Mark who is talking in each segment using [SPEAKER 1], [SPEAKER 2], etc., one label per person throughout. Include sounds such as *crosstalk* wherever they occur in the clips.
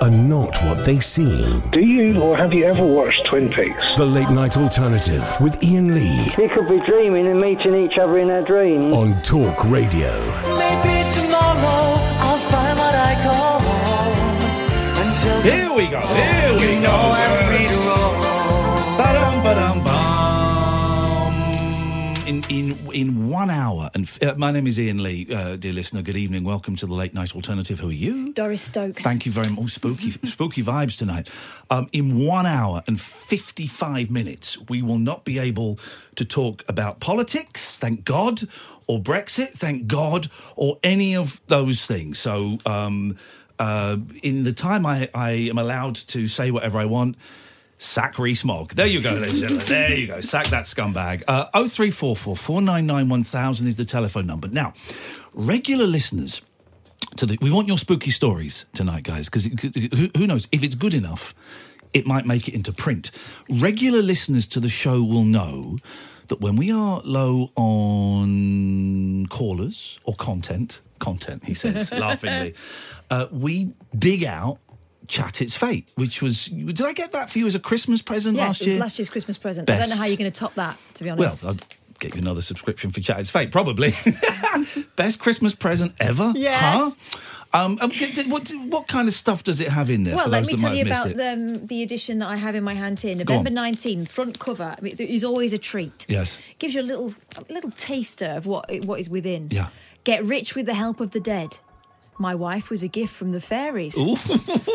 [SPEAKER 1] are not what they seem.
[SPEAKER 2] Do you or have you ever watched Twin Peaks?
[SPEAKER 1] The late night alternative with Ian Lee
[SPEAKER 3] We could be dreaming and meeting each other in our dreams.
[SPEAKER 1] on Talk Radio.
[SPEAKER 4] Maybe tomorrow I'll find what I call home. Until
[SPEAKER 5] Here we go. Here we
[SPEAKER 4] you
[SPEAKER 5] go.
[SPEAKER 4] know I'm free to roll.
[SPEAKER 5] Ba-dum, ba-dum, bum. In, in, in one hour. And f- uh, my name is Ian Lee, uh, dear listener. Good evening. Welcome to the Late Night Alternative. Who are you?
[SPEAKER 6] Doris Stokes.
[SPEAKER 5] Thank you very much. Oh, spooky, *laughs* spooky vibes tonight. Um, in one hour and 55 minutes, we will not be able to talk about politics, thank God, or Brexit, thank God, or any of those things. So, um, uh, in the time I, I am allowed to say whatever I want, Sack Reese Mogg. There you go, ladies and gentlemen. There you go. Sack that scumbag. Uh, 0344 499 1000 is the telephone number. Now, regular listeners to the, we want your spooky stories tonight, guys, because who, who knows if it's good enough, it might make it into print. Regular listeners to the show will know that when we are low on callers or content, content, he
[SPEAKER 6] *laughs*
[SPEAKER 5] says laughingly, uh, we dig out chat its fate, which was did I get that for you as a Christmas present
[SPEAKER 6] Yeah,
[SPEAKER 5] last
[SPEAKER 6] it was
[SPEAKER 5] year?
[SPEAKER 6] last year's Christmas present. I
[SPEAKER 5] Best.
[SPEAKER 6] don't know how you're going to top that, to be
[SPEAKER 5] Well,
[SPEAKER 6] honest.
[SPEAKER 5] I'll get you another subscription for Chatter's Fate, probably. *laughs* Best Christmas present ever?
[SPEAKER 6] Yes.
[SPEAKER 5] Huh? Um, um, d- d- what, what kind of stuff does it have in there
[SPEAKER 6] Well,
[SPEAKER 5] for
[SPEAKER 6] let
[SPEAKER 5] those
[SPEAKER 6] me
[SPEAKER 5] that
[SPEAKER 6] tell
[SPEAKER 5] might
[SPEAKER 6] you
[SPEAKER 5] have missed
[SPEAKER 6] about
[SPEAKER 5] it?
[SPEAKER 6] the, um, the edition that I have in my hand here,
[SPEAKER 5] Go on.
[SPEAKER 6] November 19, front cover. I mean, it is always a treat.
[SPEAKER 5] Yes.
[SPEAKER 6] Gives you a little a little taster of what what is within.
[SPEAKER 5] Yeah.
[SPEAKER 6] Get rich with the help of the dead. My wife was a gift from the fairies.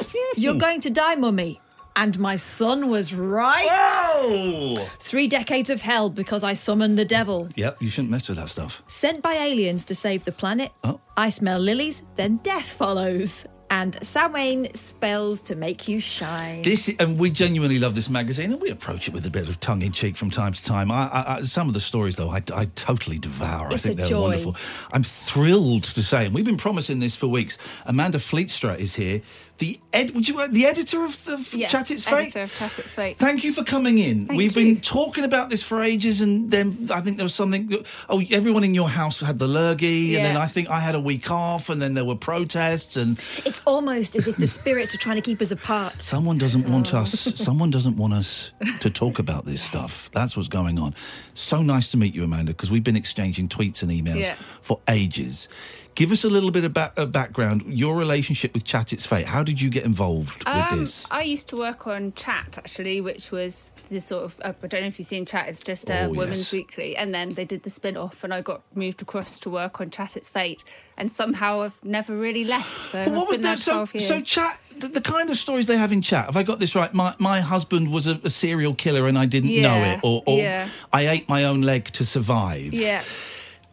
[SPEAKER 6] *laughs* You're going to die, mummy. And my son was right.
[SPEAKER 5] Oh!
[SPEAKER 6] Three decades of hell because I summoned the devil.
[SPEAKER 5] Yep, you shouldn't mess with that stuff.
[SPEAKER 6] Sent by aliens to save the planet,
[SPEAKER 5] Oh.
[SPEAKER 6] I smell lilies, then death follows. And Samhain spells to make you shine.
[SPEAKER 5] This and we genuinely love this magazine, and we approach it with a bit of tongue in cheek from time to time. I, I, I, some of the stories, though, I, I totally devour.
[SPEAKER 6] It's
[SPEAKER 5] I think
[SPEAKER 6] a
[SPEAKER 5] they're
[SPEAKER 6] joy.
[SPEAKER 5] wonderful. I'm thrilled to say, and we've been promising this for weeks. Amanda Fleetstra is here, the ed, would you, uh, the editor of the
[SPEAKER 7] Yeah,
[SPEAKER 5] Chat It's Fate.
[SPEAKER 7] editor of Chat It's Fate.
[SPEAKER 5] Thank you for coming in.
[SPEAKER 7] Thank
[SPEAKER 5] we've
[SPEAKER 7] you.
[SPEAKER 5] been talking about this for ages, and then I think there was something. Oh, everyone in your house had the lurgy, and then
[SPEAKER 7] Yeah.
[SPEAKER 5] I think I had a week off, and then there were protests, and
[SPEAKER 6] It's almost as if the spirits are trying to keep
[SPEAKER 5] *laughs*
[SPEAKER 6] us apart.
[SPEAKER 5] Someone doesn't want us. Someone doesn't want us to talk about this stuff. That's what's going on. So nice to meet you, Amanda, because we've been exchanging tweets and emails
[SPEAKER 7] Yeah.
[SPEAKER 5] for ages. Give us a little bit of ba- uh, background. Your relationship with Chat It's Fate. How did you get involved
[SPEAKER 7] Um,
[SPEAKER 5] with this?
[SPEAKER 7] I used to work on Chat actually, which was the sort of I don't know if you've seen Chat. It's just
[SPEAKER 5] Oh,
[SPEAKER 7] a
[SPEAKER 5] yes.
[SPEAKER 7] Women's Weekly, and then they did the spin off, and I got moved across to work on Chat. It's Fate, and somehow I've never really left. So
[SPEAKER 5] But
[SPEAKER 7] I've
[SPEAKER 5] what was
[SPEAKER 7] been there
[SPEAKER 5] that? So,
[SPEAKER 7] twelve years.
[SPEAKER 5] so chat. The, the kind of stories they have in chat. Have I got this right? My my husband was a, a serial killer and I didn't know
[SPEAKER 7] Yeah,
[SPEAKER 5] it, or, or
[SPEAKER 7] yeah.
[SPEAKER 5] I ate my own leg to survive. *sighs*
[SPEAKER 7] yeah,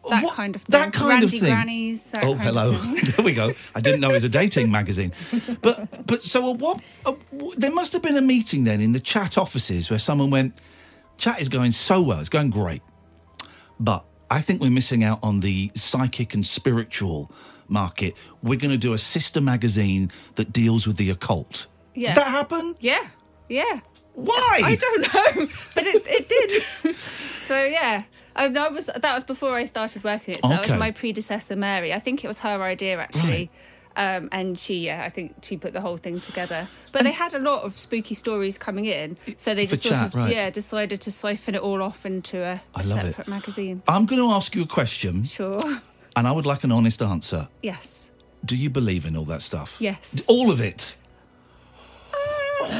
[SPEAKER 7] that
[SPEAKER 5] What-
[SPEAKER 7] kind of thing.
[SPEAKER 5] That kind
[SPEAKER 7] Randy
[SPEAKER 5] of thing.
[SPEAKER 7] Grannies. That
[SPEAKER 5] oh,
[SPEAKER 7] kind
[SPEAKER 5] hello. *laughs*
[SPEAKER 7] Of thing.
[SPEAKER 5] there we go. I didn't know it was a dating magazine. But but so a, what? A, w- there must have been a meeting then in the chat offices where someone went. Chat is going so well. It's going great, but I think we're missing out on the psychic and spiritual market. We're going to do a sister magazine that deals with the occult.
[SPEAKER 7] Yeah.
[SPEAKER 5] Did that happen?
[SPEAKER 7] Yeah, yeah.
[SPEAKER 5] Why?
[SPEAKER 7] I don't know, *laughs* but it, it did. *laughs* so yeah, I, I was that was before I started working. It, so that
[SPEAKER 5] Okay.
[SPEAKER 7] was my predecessor, Mary. I think it was her idea actually. Um, and she, yeah, I think she put the whole thing together. But they had a lot of spooky stories coming in, so they
[SPEAKER 5] For
[SPEAKER 7] just sort
[SPEAKER 5] chat,
[SPEAKER 7] of,
[SPEAKER 5] right.
[SPEAKER 7] yeah, decided to siphon it all off into a a
[SPEAKER 5] I love
[SPEAKER 7] separate
[SPEAKER 5] it.
[SPEAKER 7] magazine.
[SPEAKER 5] I'm going to ask you a question,
[SPEAKER 7] Sure.
[SPEAKER 5] and I would like an honest answer.
[SPEAKER 7] Yes.
[SPEAKER 5] Do you believe in all that stuff?
[SPEAKER 7] Yes.
[SPEAKER 5] All of it.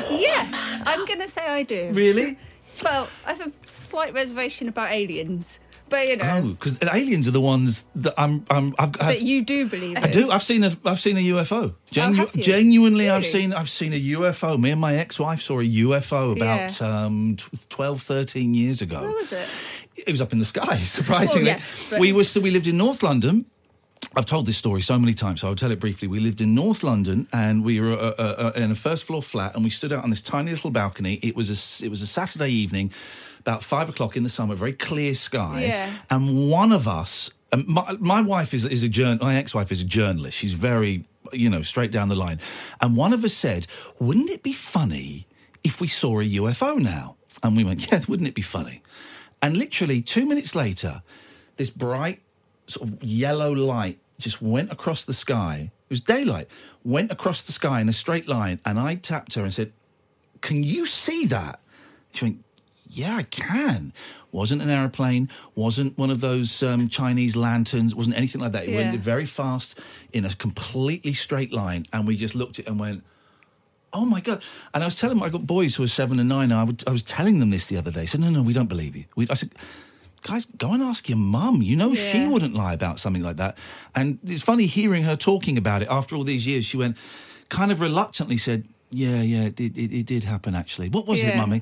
[SPEAKER 7] Yes, I'm gonna say I do.
[SPEAKER 5] Really?
[SPEAKER 7] Well, I have a slight reservation about aliens, But you know,
[SPEAKER 5] Oh, because aliens are the ones that I'm. I'm I've, I've,
[SPEAKER 7] but you do believe it.
[SPEAKER 5] I do. I've seen a. I've seen a UFO. Genu-
[SPEAKER 7] have you?
[SPEAKER 5] Genuinely, I've
[SPEAKER 7] Really?
[SPEAKER 5] seen. I've seen a UFO. Me and my ex-wife saw a UFO about
[SPEAKER 7] Yeah.
[SPEAKER 5] um, tw- 12, 13 years ago.
[SPEAKER 7] Where was it?
[SPEAKER 5] It was up in the sky, *laughs* surprisingly.
[SPEAKER 7] Well, yes, but-
[SPEAKER 5] We were so we lived in North London. I've told this story so many times, so I'll tell it briefly. We lived in North London, and we were uh, uh, uh, in a first floor flat, and we stood out on this tiny little balcony. It was a s- it was a Saturday evening, about five o'clock in the summer, very clear sky,
[SPEAKER 7] Yeah.
[SPEAKER 5] and one of us. And my, my wife is, is a jour- my ex-wife is a journalist. She's very, you know, straight down the line. And one of us said, "Wouldn't it be funny if we saw a UFO now?" And we went, "Yeah, wouldn't it be funny?" And literally two minutes later, this bright sort of yellow light just went across the sky. It was daylight, went across the sky in a straight line. And I tapped her and said, Can you see that? She went, Yeah, I can. Wasn't an aeroplane, wasn't one of those um, Chinese lanterns, wasn't anything like that. It
[SPEAKER 7] Yeah.
[SPEAKER 5] went very fast in a completely straight line. And we just looked at it and went, Oh my god! And I was telling my I got boys who are seven and nine. And I, would, I was telling them this the other day. I said, "No, no, we don't believe you." We, I said, "Guys, go and ask your mum. You know she
[SPEAKER 7] Yeah.
[SPEAKER 5] wouldn't lie about something like that." And it's funny hearing her talking about it after all these years. She went, kind of reluctantly said, "Yeah, yeah, it, did- it, it did happen actually. What was it,
[SPEAKER 7] Yeah.
[SPEAKER 5] mummy?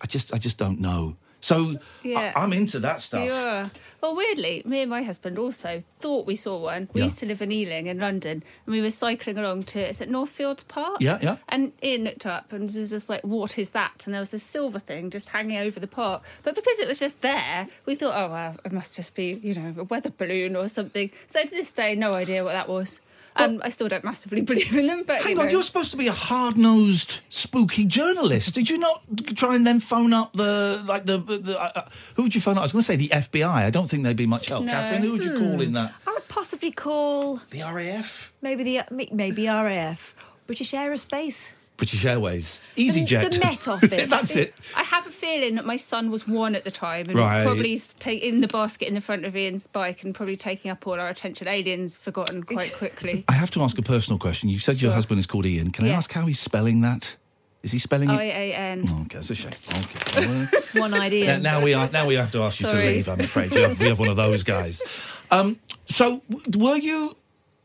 [SPEAKER 5] I just, I just don't know." So
[SPEAKER 7] Yeah.
[SPEAKER 5] I, am into that stuff.
[SPEAKER 7] Yeah. Well, weirdly, me and my husband also thought we saw one. We
[SPEAKER 5] Yeah.
[SPEAKER 7] used to live in Ealing in London, and we were cycling along to is it Northfield Park?
[SPEAKER 5] Yeah, yeah.
[SPEAKER 7] And Ian looked up and was just like, "What is that?" And there was this silver thing just hanging over the park. But because it was just there, we thought, "Oh, well, it must just be you know a weather balloon or something." So to this day, no idea what that was. Um, I still don't massively *laughs* believe in them, but
[SPEAKER 5] Hang
[SPEAKER 7] you
[SPEAKER 5] on,
[SPEAKER 7] know.
[SPEAKER 5] you're supposed to be a hard-nosed, spooky journalist. Did you not try and then phone up the like the, the uh, uh, who would you phone up? I was going to say the FBI. I don't think they'd be much help.
[SPEAKER 7] No.
[SPEAKER 5] Catherine, who would you call in that?
[SPEAKER 6] I would possibly call
[SPEAKER 5] The RAF,
[SPEAKER 6] maybe the maybe RAF, British Aerospace.
[SPEAKER 5] British Airways, EasyJet,
[SPEAKER 6] the
[SPEAKER 5] *laughs*
[SPEAKER 6] Met Office.
[SPEAKER 5] That's it.
[SPEAKER 7] I have a feeling that my son was one at the time and
[SPEAKER 5] Right.
[SPEAKER 7] probably s- take in the basket in the front of Ian's bike and probably taking up all our attention. Aliens forgotten quite quickly.
[SPEAKER 5] *laughs* I have to ask a personal question. You said your
[SPEAKER 7] Sure.
[SPEAKER 5] husband is called Ian. Can I
[SPEAKER 7] Yeah.
[SPEAKER 5] ask how he's spelling that? Is he spelling
[SPEAKER 7] I
[SPEAKER 5] it?
[SPEAKER 7] A N.
[SPEAKER 5] Oh, okay, that's a shame. Okay.
[SPEAKER 7] *laughs*
[SPEAKER 5] Well,
[SPEAKER 6] One idea.
[SPEAKER 5] Now, now we are. Now we have to ask you to
[SPEAKER 7] Sorry.
[SPEAKER 5] leave. I'm afraid you have, we have one of those guys. Um, so, w- were you?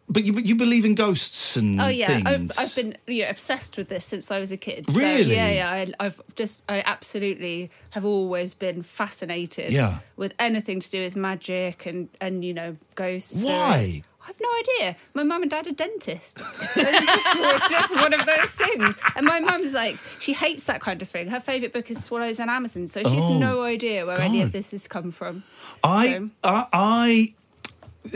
[SPEAKER 5] But you, but you believe in ghosts and
[SPEAKER 7] Oh yeah,
[SPEAKER 5] things.
[SPEAKER 7] I've, I've been you know, obsessed with this since I was a kid.
[SPEAKER 5] Really?
[SPEAKER 7] So, yeah, yeah. I, I've just, I absolutely have always been fascinated.
[SPEAKER 5] Yeah.
[SPEAKER 7] With anything to do with magic and and you know ghosts.
[SPEAKER 5] Why?
[SPEAKER 7] fairies. I've no idea. My mum and dad are dentists. *laughs* it's, just, it's just one of those things. And my mum's like, she hates that kind of thing. Her favourite book is Swallows and Amazons, so she has
[SPEAKER 5] Oh,
[SPEAKER 7] no idea where any
[SPEAKER 5] God.
[SPEAKER 7] of this has come from.
[SPEAKER 5] I,
[SPEAKER 7] so-
[SPEAKER 5] I, I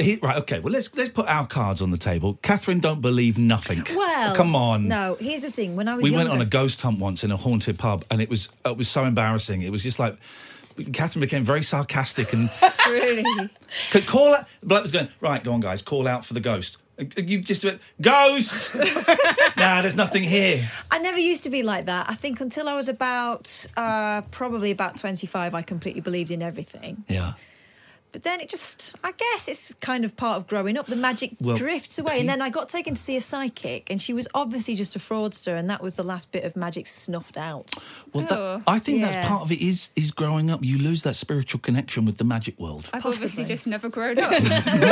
[SPEAKER 5] he- right. Okay. Well, let's let's put our cards on the table. Catherine, don't believe nothing.
[SPEAKER 6] well,
[SPEAKER 5] come on.
[SPEAKER 6] No, here's the thing. When I was
[SPEAKER 5] we
[SPEAKER 6] younger,
[SPEAKER 5] went on a ghost hunt once in a haunted pub, and it was uh, it was so embarrassing. It was just like. Catherine became very sarcastic
[SPEAKER 6] *laughs*
[SPEAKER 5] and
[SPEAKER 7] Really?
[SPEAKER 5] could call out. Blake was going, right, go on, guys, call out for the ghost. And You just went, ghost!
[SPEAKER 6] *laughs*
[SPEAKER 5] nah, there's nothing here.
[SPEAKER 6] I never used to be like that. I think until I was about uh, probably about 25, I completely believed in everything.
[SPEAKER 5] Yeah.
[SPEAKER 6] But then it just, I guess it's kind of part of growing up. The magic
[SPEAKER 5] Well,
[SPEAKER 6] drifts away.
[SPEAKER 5] pe-
[SPEAKER 6] and then I got taken to see a psychic, and she was obviously just a fraudster, and that was the last bit of magic snuffed out.
[SPEAKER 5] Well, that-
[SPEAKER 7] Oh.
[SPEAKER 5] I think that's
[SPEAKER 6] Yeah.
[SPEAKER 5] part of it is is growing up. You lose that spiritual connection with the magic world.
[SPEAKER 7] I've obviously
[SPEAKER 6] Possibly.
[SPEAKER 7] just never
[SPEAKER 5] *laughs*
[SPEAKER 7] grown up.
[SPEAKER 5] No,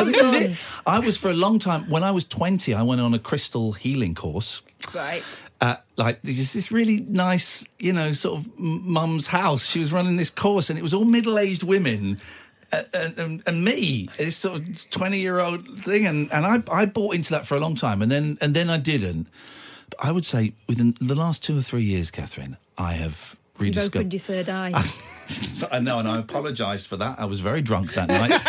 [SPEAKER 5] this is it. I was for a long time, when I was 20, I went on a crystal healing course.
[SPEAKER 7] right.
[SPEAKER 5] Uh, like there's just this really nice, you know, sort of m- mum's house. She was running this course, and it was all middle-aged women, uh, and, and, and me, this sort of twenty-year-old thing. And, and I, I bought into that for a long time, and then and then I didn't. But I would say within the last two or three years, Catherine, I have
[SPEAKER 6] You've
[SPEAKER 5] rediscovered.
[SPEAKER 6] opened your
[SPEAKER 5] *laughs*
[SPEAKER 6] third eye.
[SPEAKER 5] I know, uh, and I apologised for that. I was very drunk that night. *laughs*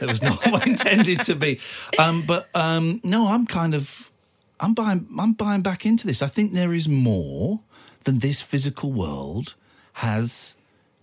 [SPEAKER 5] it was not what I intended to be. Um, but um, no, I'm kind of, I'm buying, I'm buying back into this. I think there is more than this physical world has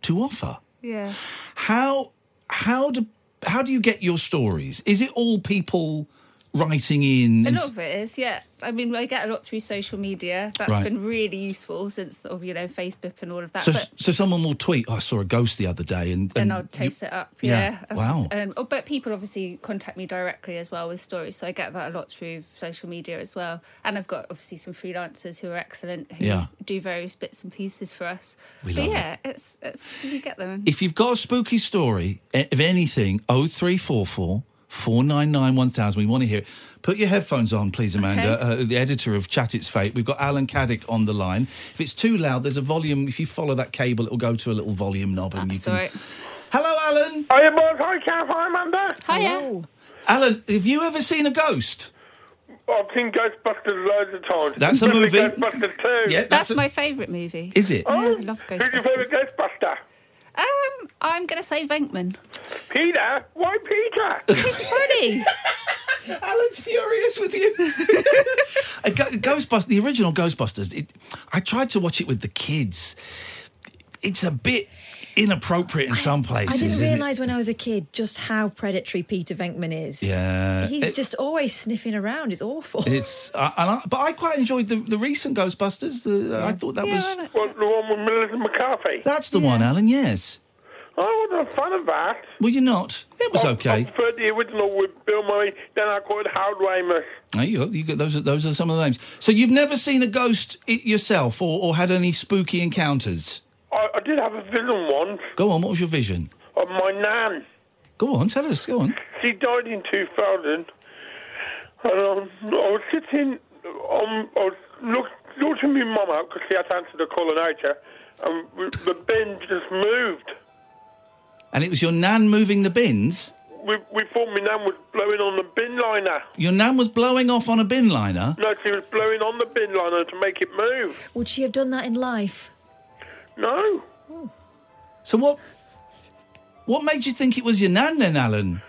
[SPEAKER 5] to offer.
[SPEAKER 7] Yeah.
[SPEAKER 5] How, how do, how do you get your stories? Is it all people writing in?
[SPEAKER 7] A
[SPEAKER 5] and-
[SPEAKER 7] lot of it is, yeah. I mean, I get a lot through social media. That's
[SPEAKER 5] Right.
[SPEAKER 7] been really useful since, sort of, you know, Facebook and all of that.
[SPEAKER 5] so,
[SPEAKER 7] but
[SPEAKER 5] so someone will tweet, "Oh, I saw a ghost the other day, and,
[SPEAKER 7] then
[SPEAKER 5] and
[SPEAKER 7] I'll chase it up.
[SPEAKER 5] yeah.
[SPEAKER 7] Yeah.
[SPEAKER 5] Wow.
[SPEAKER 7] Um, oh, but people obviously contact me directly as well with stories, so I get that a lot through social media as well. And I've got obviously some freelancers who are excellent who
[SPEAKER 5] Yeah.
[SPEAKER 7] do various bits and pieces for us.
[SPEAKER 5] We
[SPEAKER 7] but
[SPEAKER 5] love
[SPEAKER 7] yeah, it's it's you get them.
[SPEAKER 5] If you've got a spooky story, eh, if anything, 0344 499 1000, we want to hear it. Put your headphones on, please, Amanda, uh, the editor of Chat It's Fate. We've got Alan Caddick on the line. If it's too loud, there's a volume. If you follow that cable, it'll go to a little volume knob. And you
[SPEAKER 7] That's
[SPEAKER 5] can...
[SPEAKER 7] all right.
[SPEAKER 5] Hello, Alan.
[SPEAKER 2] Hiya, Mark. Hi, Kath. Hi, Amanda.
[SPEAKER 7] Hiya.
[SPEAKER 5] Alan, have you ever seen a ghost?
[SPEAKER 2] I've seen Ghostbusters loads of times.
[SPEAKER 5] That's a
[SPEAKER 2] Especially
[SPEAKER 5] movie.
[SPEAKER 2] Ghostbusters 2.
[SPEAKER 7] That's,
[SPEAKER 5] a-
[SPEAKER 7] my favourite movie.
[SPEAKER 5] Is it?
[SPEAKER 7] Yeah, I love
[SPEAKER 2] Who's your favourite
[SPEAKER 7] Ghostbusters.
[SPEAKER 2] Ghostbuster?
[SPEAKER 7] Um, I'm going to say Venkman.
[SPEAKER 2] Peter? Why Peter?
[SPEAKER 7] He's funny.
[SPEAKER 5] *laughs* Alan's furious with you. A Go- Ghostbusters, the original Ghostbusters. It, I tried to watch it with the kids. It's a bit inappropriate in some places.
[SPEAKER 6] I didn't
[SPEAKER 5] isn't it?
[SPEAKER 6] realise when I was a kid just how predatory Peter Venkman is.
[SPEAKER 5] Yeah.
[SPEAKER 6] He's
[SPEAKER 5] It-
[SPEAKER 6] just always sniffing around. It's awful.
[SPEAKER 5] It's, I and I, but I quite enjoyed the, the recent Ghostbusters. The, uh, I thought that
[SPEAKER 7] Yeah,
[SPEAKER 5] was
[SPEAKER 7] I like-
[SPEAKER 2] well, the one with Melissa McCarthy.
[SPEAKER 5] that's the one, Alan. Yes.
[SPEAKER 2] I wasn't a fan of that.
[SPEAKER 5] Well, you're not. It was
[SPEAKER 2] I, I
[SPEAKER 5] okay.
[SPEAKER 2] preferred the original with Bill Murray, then I called Howard Ramus.
[SPEAKER 5] There you go. You got, those are those are some of the names. So you've never seen a ghost i yourself, or, or had any spooky encounters?
[SPEAKER 2] I, I did have a vision once
[SPEAKER 5] Go on. What was your vision?
[SPEAKER 2] of my nan.
[SPEAKER 5] Go on. Tell us. Go on.
[SPEAKER 2] She died in 2000. And um, I was sitting, um, I was look, looking my mum out because she had to answer the call on nature, and we- the bin just moved.
[SPEAKER 5] And it was your nan moving the bins.
[SPEAKER 2] We, we thought my nan was blowing on the bin liner.
[SPEAKER 5] Your nan was blowing off on a bin liner.
[SPEAKER 2] No, she was blowing on the bin liner to make it move.
[SPEAKER 6] Would she have done that in life?
[SPEAKER 2] No.
[SPEAKER 5] So what? What made you think it was your nan then, Alan?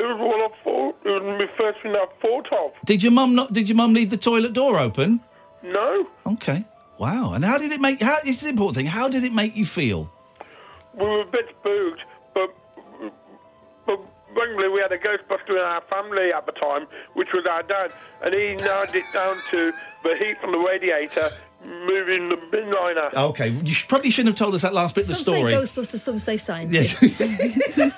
[SPEAKER 2] It was what I thought. It was my first thing I thought of.
[SPEAKER 5] Did your mum not? Did your mum leave the toilet door open?
[SPEAKER 2] No.
[SPEAKER 5] Okay. Wow. And how did it make? How this is the important thing. How did it make you feel?
[SPEAKER 2] We were a bit spooked, but, but luckily we had a Ghostbuster in our family at the time, which was our dad, and he nailed it down to the heat from the radiator moving the bin liner.
[SPEAKER 5] Okay. You sh- probably shouldn't have told us that last bit of the
[SPEAKER 6] some
[SPEAKER 5] story.
[SPEAKER 6] say Ghostbuster, some say
[SPEAKER 5] Yeah. *laughs*
[SPEAKER 6] scientist.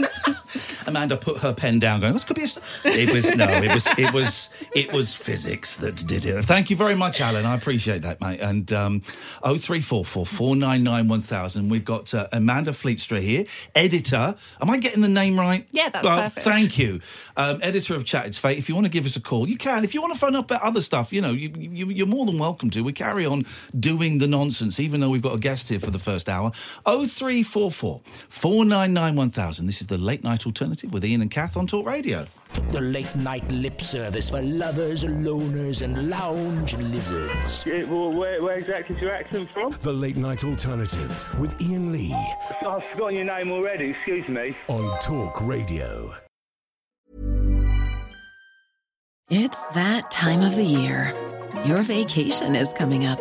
[SPEAKER 5] Amanda put her pen down, going, "This could be a." St-. It was no. It was it *laughs* was it was physics that did it. Thank you very much, Alan. I appreciate that, mate. And um, oh three four four four nine nine one thousand. We've got uh, Amanda Fleetstra here, editor. Am I getting the name right?
[SPEAKER 7] Yeah, that's
[SPEAKER 5] well,
[SPEAKER 7] perfect.
[SPEAKER 5] Thank you, um, editor of Chat It's Fate. If you want to give us a call, you can. If you want to phone up about other stuff, you know, you, you, you're more than welcome to. We carry on doing the nonsense, even though we've got a guest here for the first hour. 0344 499 1000. This is the late night alternative with Ian and Kath on Talk Radio.
[SPEAKER 8] The late night lip service for lovers, loners, and lounge lizards.
[SPEAKER 3] well, where, where exactly is your accent from?
[SPEAKER 1] The Late Night Alternative with Ian Lee
[SPEAKER 3] I've forgotten your name already, excuse me.
[SPEAKER 1] on Talk Radio.
[SPEAKER 9] It's that time of the year. Your vacation is coming up.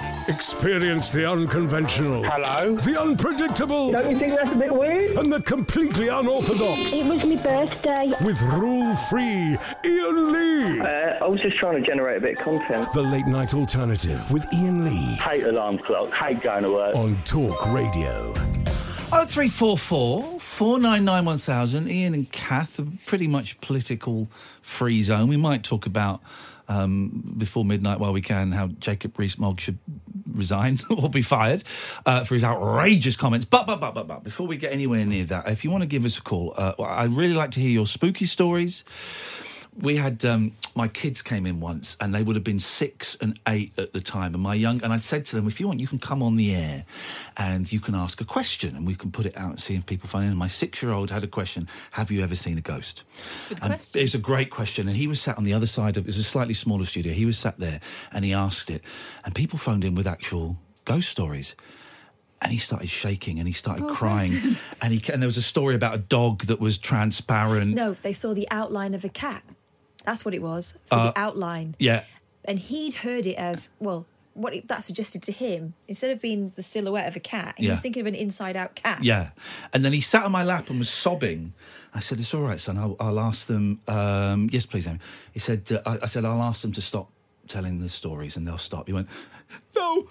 [SPEAKER 1] *laughs* Experience the unconventional.
[SPEAKER 2] Hello?
[SPEAKER 1] The unpredictable.
[SPEAKER 2] Don't you think that's a bit weird?
[SPEAKER 1] and the completely unorthodox
[SPEAKER 10] It was my birthday.
[SPEAKER 1] with rule free Ian Lee.
[SPEAKER 3] Uh, I was just trying to generate a bit of content.
[SPEAKER 1] The Late Night Alternative with Ian Lee
[SPEAKER 3] Hate alarm clocks, hate going to work.
[SPEAKER 1] on Talk Radio.
[SPEAKER 5] Oh, three four four four nine nine one thousand. Ian and Kath are pretty much political free zone. We might talk about um, before midnight while we can how Jacob Rees-Mogg should resign *laughs* or be fired uh, for his outrageous comments. But but but but but before we get anywhere near that, if you want to give us a call, uh, I'd really like to hear your spooky stories. we had um, my kids came in once and they would have been six and eight at the time and my young and i'd said to them if you want you can come on the air and you can ask a question and we can put it out and see if people find it and my six year old had a question have you ever seen a ghost
[SPEAKER 10] Good
[SPEAKER 5] And
[SPEAKER 10] question.
[SPEAKER 5] it's a great question and he was sat on the other side of it was a slightly smaller studio he was sat there and he asked it and people phoned in with actual ghost stories and he started shaking and he started
[SPEAKER 6] Oh, bless
[SPEAKER 5] crying
[SPEAKER 6] him.
[SPEAKER 5] and he and there was a story about a dog that was transparent
[SPEAKER 6] No, they saw the outline of a cat. That's what it was. So
[SPEAKER 5] Uh,
[SPEAKER 6] the outline.
[SPEAKER 5] yeah
[SPEAKER 6] And he'd heard it as well. What it, that suggested to him, instead of being the silhouette of a cat, he
[SPEAKER 5] Yeah.
[SPEAKER 6] was thinking of an inside-out cat.
[SPEAKER 5] Yeah. And then he sat on my lap and was sobbing. I said, It's all right, son. I'll, I'll ask them. Um, yes, please, Amy. He said, uh, I, I said, I'll ask them to stop telling the stories and they'll stop. He went, No,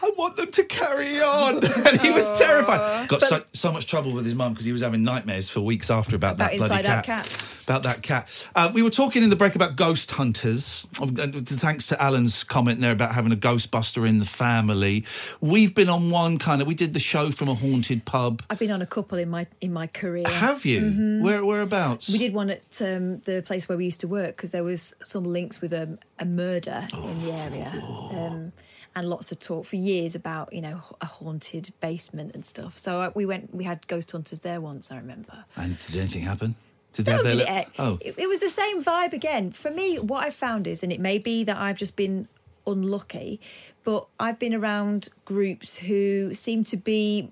[SPEAKER 5] I want them to carry on. *laughs* And he was terrified. Got so, so much trouble with his mum because he was having nightmares for weeks after about,
[SPEAKER 6] About
[SPEAKER 5] that bloody
[SPEAKER 6] inside-out
[SPEAKER 5] cat. About that cat. Uh, we were talking in the break about ghost hunters. Um, and Thanks to Alan's comment there about having a ghostbuster in the family. We've been on one kind of. We did the show from a haunted pub.
[SPEAKER 6] I've been on a couple in my in my career.
[SPEAKER 5] Have you?
[SPEAKER 6] Mhm.
[SPEAKER 5] Where whereabouts?
[SPEAKER 6] We did one at um, the place where we used to work because there was some links with um, a murder
[SPEAKER 5] Oh.
[SPEAKER 6] in the area, um, and lots of talk for years about you know a haunted basement and stuff. So uh, we went. We had ghost hunters there once. I remember.
[SPEAKER 5] And did anything happen? Did
[SPEAKER 6] No,
[SPEAKER 5] have their
[SPEAKER 6] did
[SPEAKER 5] li-
[SPEAKER 6] it?
[SPEAKER 5] Oh,
[SPEAKER 6] eh, It, it was the same vibe again. For me, what I found is, and it may be that I've just been unlucky, but I've been around groups who seem to be,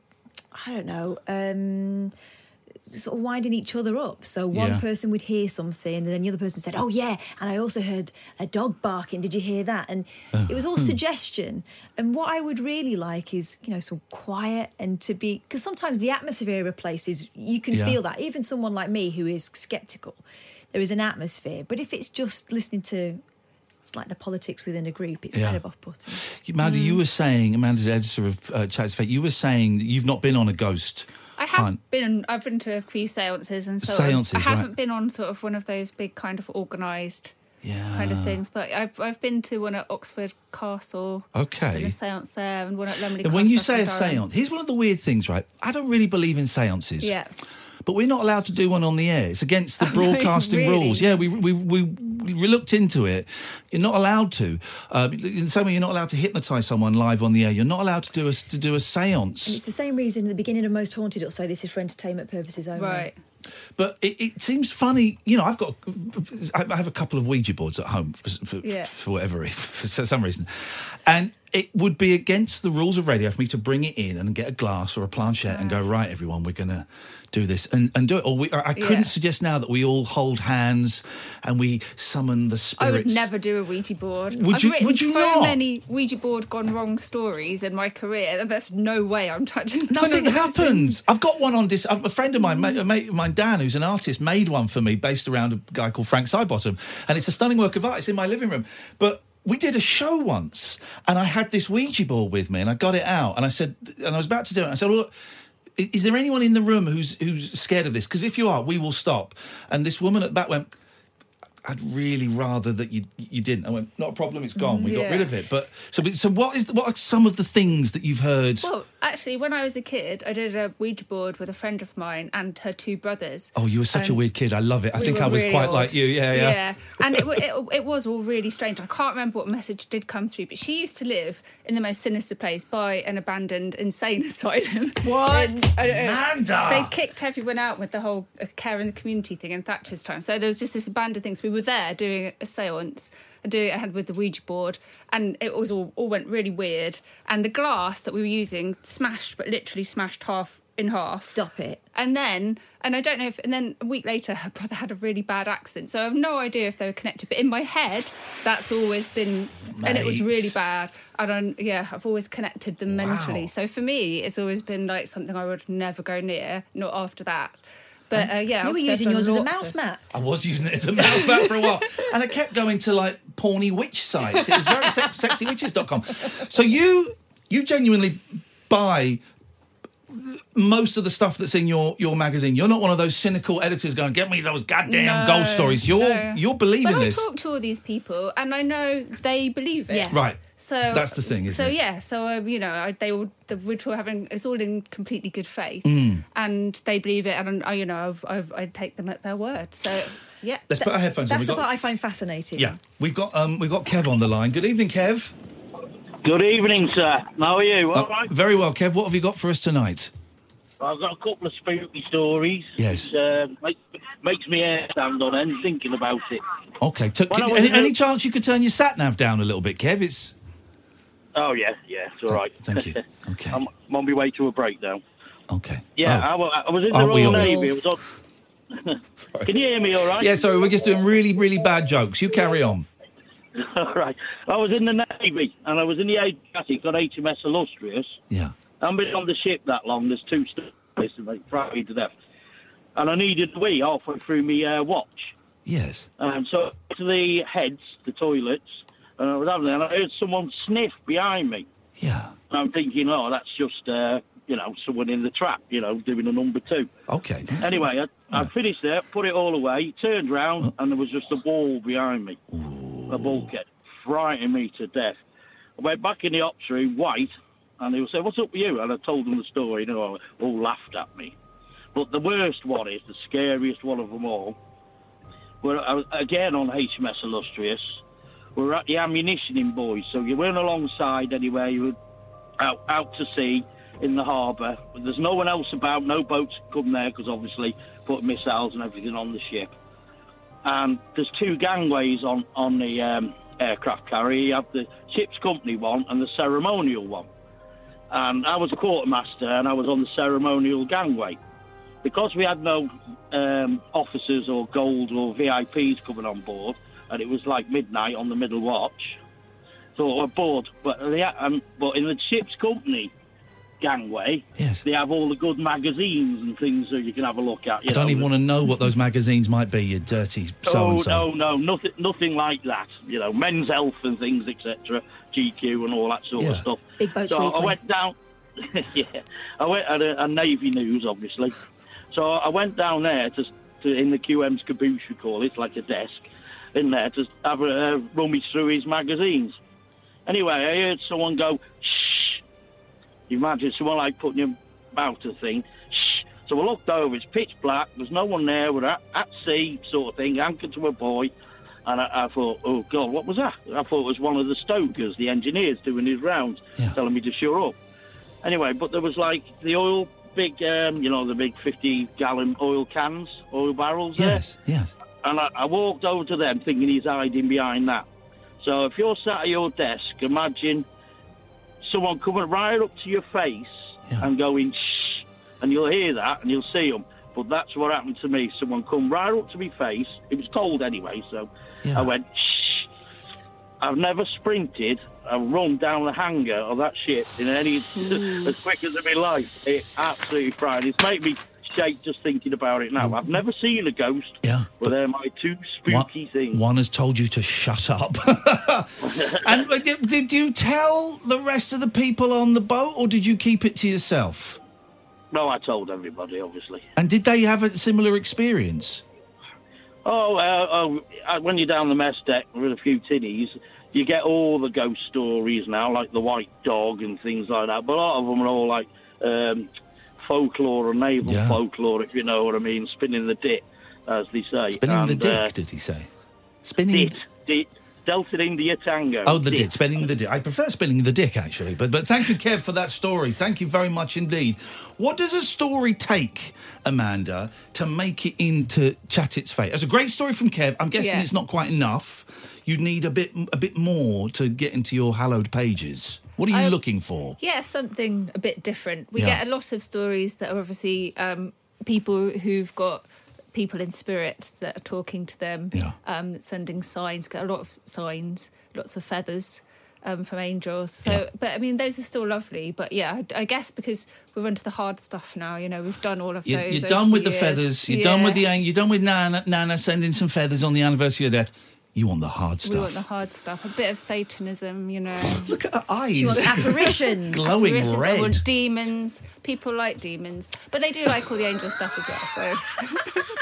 [SPEAKER 6] I don't know, um, sort of winding each other up. So one
[SPEAKER 11] Yeah.
[SPEAKER 6] person would hear something, and then the other person said, "Oh yeah," and I also heard a dog barking. Did you hear that? And
[SPEAKER 5] Oh.
[SPEAKER 6] it was all
[SPEAKER 11] Hmm.
[SPEAKER 6] suggestion. And what I would really like is, you know, some quiet and to be because sometimes the atmosphere of a place is you can
[SPEAKER 11] Yeah.
[SPEAKER 6] feel that. Even someone like me who is skeptical, there is an atmosphere. But if it's just listening to, it's like the politics within a group. It's
[SPEAKER 5] Yeah.
[SPEAKER 6] kind of off-putting.
[SPEAKER 5] Amanda,
[SPEAKER 7] Mm.
[SPEAKER 5] you were saying, Amanda's editor of uh, Chat's Fate, you were saying that you've not been on a ghost
[SPEAKER 7] I have
[SPEAKER 5] hunt.
[SPEAKER 7] been. I've been to a few seances, and so
[SPEAKER 5] Seances,
[SPEAKER 7] I haven't
[SPEAKER 5] right.
[SPEAKER 7] been on sort of one of those big kind of organised kind of
[SPEAKER 5] Yeah.
[SPEAKER 7] things. But I've I've been to one at Oxford Castle.
[SPEAKER 5] Okay.
[SPEAKER 7] did a seance there, and one at Lumley.
[SPEAKER 5] And when you
[SPEAKER 7] Castle
[SPEAKER 5] say a
[SPEAKER 7] up in Durham.
[SPEAKER 5] seance, here's one of the weird things, right? I don't really believe in seances.
[SPEAKER 7] yeah,
[SPEAKER 5] But we're not allowed to do one on the air. It's
[SPEAKER 7] *laughs*
[SPEAKER 5] against the
[SPEAKER 7] Oh, no,
[SPEAKER 5] broadcasting
[SPEAKER 7] really?
[SPEAKER 5] rules. Yeah, we, we, we, we looked into it. You're not allowed to. Um, in the same way, you're not allowed to hypnotise someone live on the air. You're not allowed to do a, to do a seance.
[SPEAKER 6] And it's the same reason in the beginning of most haunted. It'll say this is for entertainment purposes only. Right.
[SPEAKER 5] But it, it seems funny, you know. I've got, I I have a couple of Ouija boards at home for, for,
[SPEAKER 6] Yeah.
[SPEAKER 5] for whatever, *laughs* re- for some reason, and it would be against the rules of radio for me to bring it in and get a glass or a planchette and go right, everyone, we're gonna do this and, and do it. Or we, I I couldn't
[SPEAKER 7] Yeah.
[SPEAKER 5] suggest now that we all hold hands and we summon the
[SPEAKER 7] I would
[SPEAKER 5] spirits.
[SPEAKER 7] never do a Ouija board.
[SPEAKER 5] Would
[SPEAKER 7] I've
[SPEAKER 5] you-
[SPEAKER 7] written
[SPEAKER 5] would you
[SPEAKER 7] so
[SPEAKER 5] not?
[SPEAKER 7] many Ouija board gone wrong stories in my career that there's no way I'm touching.
[SPEAKER 5] Nothing happens. I've got one on dis. A friend of mine, ma- a mate of mine, Dan, who's an artist, made one for me based around a guy called Frank Sidebottom, and it's a stunning work of art. It's in my living room, but. We did a show once, and I had this Ouija board with me, and I got it out, and I said, and I was about to do it. And I said, "Look, i- is there anyone in the room who's who's scared of this? Because if you are, we will stop." And this woman at the back went, "I'd really rather that you you didn't." I went, "Not a problem. It's gone. We got
[SPEAKER 7] Yeah.
[SPEAKER 5] rid of it." But so, we- so what is what are some of the things that you've heard?
[SPEAKER 7] Well, actually, when I was a kid, I did a Ouija board with a friend of mine and her two brothers.
[SPEAKER 5] Oh, you were such a
[SPEAKER 7] And-
[SPEAKER 5] weird kid. I love it. I
[SPEAKER 7] Um, we
[SPEAKER 5] think
[SPEAKER 7] were
[SPEAKER 5] I was
[SPEAKER 7] really
[SPEAKER 5] quite
[SPEAKER 7] odd.
[SPEAKER 5] like you. Yeah, yeah.
[SPEAKER 7] And it, wa- it, it was all really strange. I can't remember what message did come through, but she used to live in the most sinister place by an abandoned insane *laughs* asylum.
[SPEAKER 6] What?
[SPEAKER 7] And, I don't know.
[SPEAKER 5] Amanda!
[SPEAKER 7] They kicked everyone out with the whole uh, care in the community thing in Thatcher's time. So there was just this abandoned thing. So we were there doing a seance. I do I had with the Ouija board, and it was all, all went really weird. And the glass that we were using smashed, but literally smashed half in half.
[SPEAKER 6] Stop it.
[SPEAKER 7] And then, and I don't know if, and then a week later, her brother had a really bad accident. So I have no idea if they were connected. But in my head, that's always been, and it was
[SPEAKER 11] Mate.
[SPEAKER 7] really bad. And i yeah, I've always connected them mentally. So for me, it's always been like something I would never go near, not after that. But uh, yeah,
[SPEAKER 6] you were
[SPEAKER 7] I've
[SPEAKER 6] using
[SPEAKER 7] on
[SPEAKER 6] yours as a
[SPEAKER 7] lots
[SPEAKER 6] mouse
[SPEAKER 7] of-
[SPEAKER 6] mat.
[SPEAKER 5] I was using it as a mouse mat for a
[SPEAKER 7] *laughs*
[SPEAKER 5] while. And I kept going to like porny witch sites. It was very *laughs* sex- sexywitches.com. So you you genuinely buy most of the stuff that's in your, your magazine. You're not one of those cynical editors going, "Get me those goddamn
[SPEAKER 7] No,
[SPEAKER 5] ghost stories." You're
[SPEAKER 7] no.
[SPEAKER 5] you're believing
[SPEAKER 7] but
[SPEAKER 5] this,
[SPEAKER 7] I talk to all these people, and I know they believe it.
[SPEAKER 5] Yes. Right.
[SPEAKER 7] So
[SPEAKER 5] That's the thing, isn't
[SPEAKER 7] so
[SPEAKER 5] it?
[SPEAKER 7] yeah, so um, you know, I, they all the, we're all having it's all in completely good faith,
[SPEAKER 5] Mm.
[SPEAKER 7] and they believe it, and I, you know, i i I take them at their word. So yeah,
[SPEAKER 5] Let's put our headphones on.
[SPEAKER 6] That's
[SPEAKER 5] We've
[SPEAKER 6] the
[SPEAKER 5] got-
[SPEAKER 6] part I find fascinating.
[SPEAKER 5] Yeah, we've got um, we've got Kev on the line. Good evening, Kev.
[SPEAKER 10] Good evening, sir. How are you? All
[SPEAKER 5] Uh,
[SPEAKER 10] right.
[SPEAKER 5] Very well, Kev. What have you got for us tonight?
[SPEAKER 10] I've got a couple of spooky stories.
[SPEAKER 5] Yes.
[SPEAKER 10] Which, uh, makes, makes me hair stand on end thinking about it.
[SPEAKER 5] Okay. t-
[SPEAKER 10] Well, I
[SPEAKER 5] can-
[SPEAKER 10] was-
[SPEAKER 5] any, any chance you could turn your sat nav down a little bit, Kev? It's
[SPEAKER 10] Oh, yeah, yeah, it's all right. *laughs*
[SPEAKER 5] Thank you. Okay.
[SPEAKER 10] I'm, I'm on my way to a breakdown.
[SPEAKER 5] Okay.
[SPEAKER 10] Yeah,
[SPEAKER 5] Oh.
[SPEAKER 10] I, wa- I was in the
[SPEAKER 5] Aren't we
[SPEAKER 10] Royal
[SPEAKER 5] all?
[SPEAKER 10] Navy. It was *laughs* on... Can you hear me all right?
[SPEAKER 5] yeah. Sorry, we're just doing really really bad jokes. You carry on.
[SPEAKER 10] *laughs* All right. I was in the Navy and I was in the Adriatic on HMS Illustrious.
[SPEAKER 5] Yeah.
[SPEAKER 10] I haven't been on the ship that long. There's two stories and they fried me to death. And I needed a wee halfway through me uh, watch.
[SPEAKER 5] Yes.
[SPEAKER 10] Um, so I went to the heads, the toilets, and I was having it, and I heard someone sniff behind me.
[SPEAKER 5] Yeah.
[SPEAKER 10] And I'm thinking, oh, that's just, uh, you know, someone in the trap, you know, doing a number two.
[SPEAKER 5] Okay.
[SPEAKER 10] Anyway, I, I finished there, put it all away, turned
[SPEAKER 5] Oh.
[SPEAKER 10] round, and there was just a wall behind me, a bulkhead, frightening me to death. I went back in the ops room, white, and they said, "What's up with you?" And I told them the story, and they all all laughed at me. But the worst one is the scariest one of them all. We're I was- again on HMS Illustrious. We're at the ammunitioning buoys, so you weren't alongside anywhere. You were out out to sea in the harbour. There's no one else about. No boats come there because obviously put missiles and everything on the ship. And Um, there's two gangways on on the um, aircraft carrier. You have the ship's company one and the ceremonial one. And I was quartermaster and I was on the ceremonial gangway. Because we had no um, officers or gold or VIPs coming on board, and it was like midnight on the middle watch, so we're bored. But they, ha- um, but in the ship's company gangway, they have all the good magazines and things that you can have a look at. You
[SPEAKER 5] I don't
[SPEAKER 10] know,
[SPEAKER 5] even want to know what those magazines might be. You dirty so
[SPEAKER 10] *laughs* Oh
[SPEAKER 5] and so.
[SPEAKER 10] no, no, nothing, nothing like that. You know, Men's Health and things, etc. GQ and all that sort of
[SPEAKER 5] Yeah.
[SPEAKER 10] stuff.
[SPEAKER 6] Big boats
[SPEAKER 10] So I
[SPEAKER 6] weekly.
[SPEAKER 10] went down. *laughs* yeah, I went at a, a Navy news, obviously. So I went down there to, to in the QM's caboose, we call it, like a desk in there to have a uh, rummage through his magazines. Anyway, I heard someone go, you imagine someone like putting your mouth to the thing. Shh. So I looked over, it's pitch black, there's no one there, we're at, at sea, sort of thing, anchored to a buoy. And I, I thought, oh God, what was that? I thought it was one of the stokers, the engineers, doing his rounds, telling me to shore up. Anyway, but there was like the oil, big, um, you know, the big 50 gallon oil cans, oil barrels
[SPEAKER 5] Yes. Yes.
[SPEAKER 10] and I, I walked over to them thinking he's hiding behind that. So if you're sat at your desk, imagine someone coming right up to your face and going shh, and you'll hear that and you'll see them. But that's what happened to me. Someone come right up to my face. It was cold anyway, so I went shh. I've never sprinted. I've run down the hangar of that ship in any *laughs* as quick as in my life. It absolutely fried. It's made me shake just thinking about it now. I've never seen a ghost.
[SPEAKER 5] Yeah.
[SPEAKER 10] Well, they're my two spooky things.
[SPEAKER 5] One has told you to
[SPEAKER 10] *laughs*
[SPEAKER 5] shut up. *laughs* and uh, did, did you tell the rest of the people on the boat, or did you keep it to yourself?
[SPEAKER 10] No, I told everybody, obviously.
[SPEAKER 5] And did they have a similar experience?
[SPEAKER 10] Oh, uh, oh uh, when you're down the mess deck with a few tinnies, you get all the ghost stories now, like the white dog and things like that. But a lot of them are all like um, folklore or naval folklore, if you know what I mean, spinning the dit, as they say.
[SPEAKER 5] Spinning the
[SPEAKER 10] And,
[SPEAKER 5] dick,
[SPEAKER 10] uh,
[SPEAKER 5] did he say? Spinning.
[SPEAKER 10] dit, dit, Delta India Tango.
[SPEAKER 7] Um,
[SPEAKER 5] Oh, the dick, spinning the dick. I prefer spinning the dick actually, but but thank you, Kev, for that story. Thank you very much indeed. What does a story take, Amanda, to make it into Chat It's Fate? That's a great story from Kev. I'm guessing
[SPEAKER 7] Yeah.
[SPEAKER 5] it's not quite enough. You'd need a bit a bit more to get into your hallowed pages. What are you
[SPEAKER 7] I-
[SPEAKER 5] looking for?
[SPEAKER 7] Yeah, something a bit different. We
[SPEAKER 5] Yeah.
[SPEAKER 7] get a lot of stories that are obviously um, people who've got people in spirit that are talking to them, um, sending signs. Got a lot of signs, lots of feathers um, from angels. So, but I mean, those are still lovely. But yeah, I, I guess because we're onto the hard stuff now. You know, we've done all of
[SPEAKER 5] You're,
[SPEAKER 7] those.
[SPEAKER 5] you're
[SPEAKER 7] over
[SPEAKER 5] done with the
[SPEAKER 7] years.
[SPEAKER 5] feathers. You're done
[SPEAKER 7] Yeah.
[SPEAKER 5] with the ang- you're done with Nana, Nana sending some feathers on the anniversary of death. You want the hard
[SPEAKER 7] We
[SPEAKER 5] stuff. Oh,
[SPEAKER 7] want the hard stuff. A bit of Satanism, you know.
[SPEAKER 5] Look at her eyes. *laughs*
[SPEAKER 7] She wants apparitions.
[SPEAKER 5] Glowing
[SPEAKER 7] Apparitions, I
[SPEAKER 5] red.
[SPEAKER 7] want demons. People like demons. But they do like all the angel stuff as well. So
[SPEAKER 6] *laughs*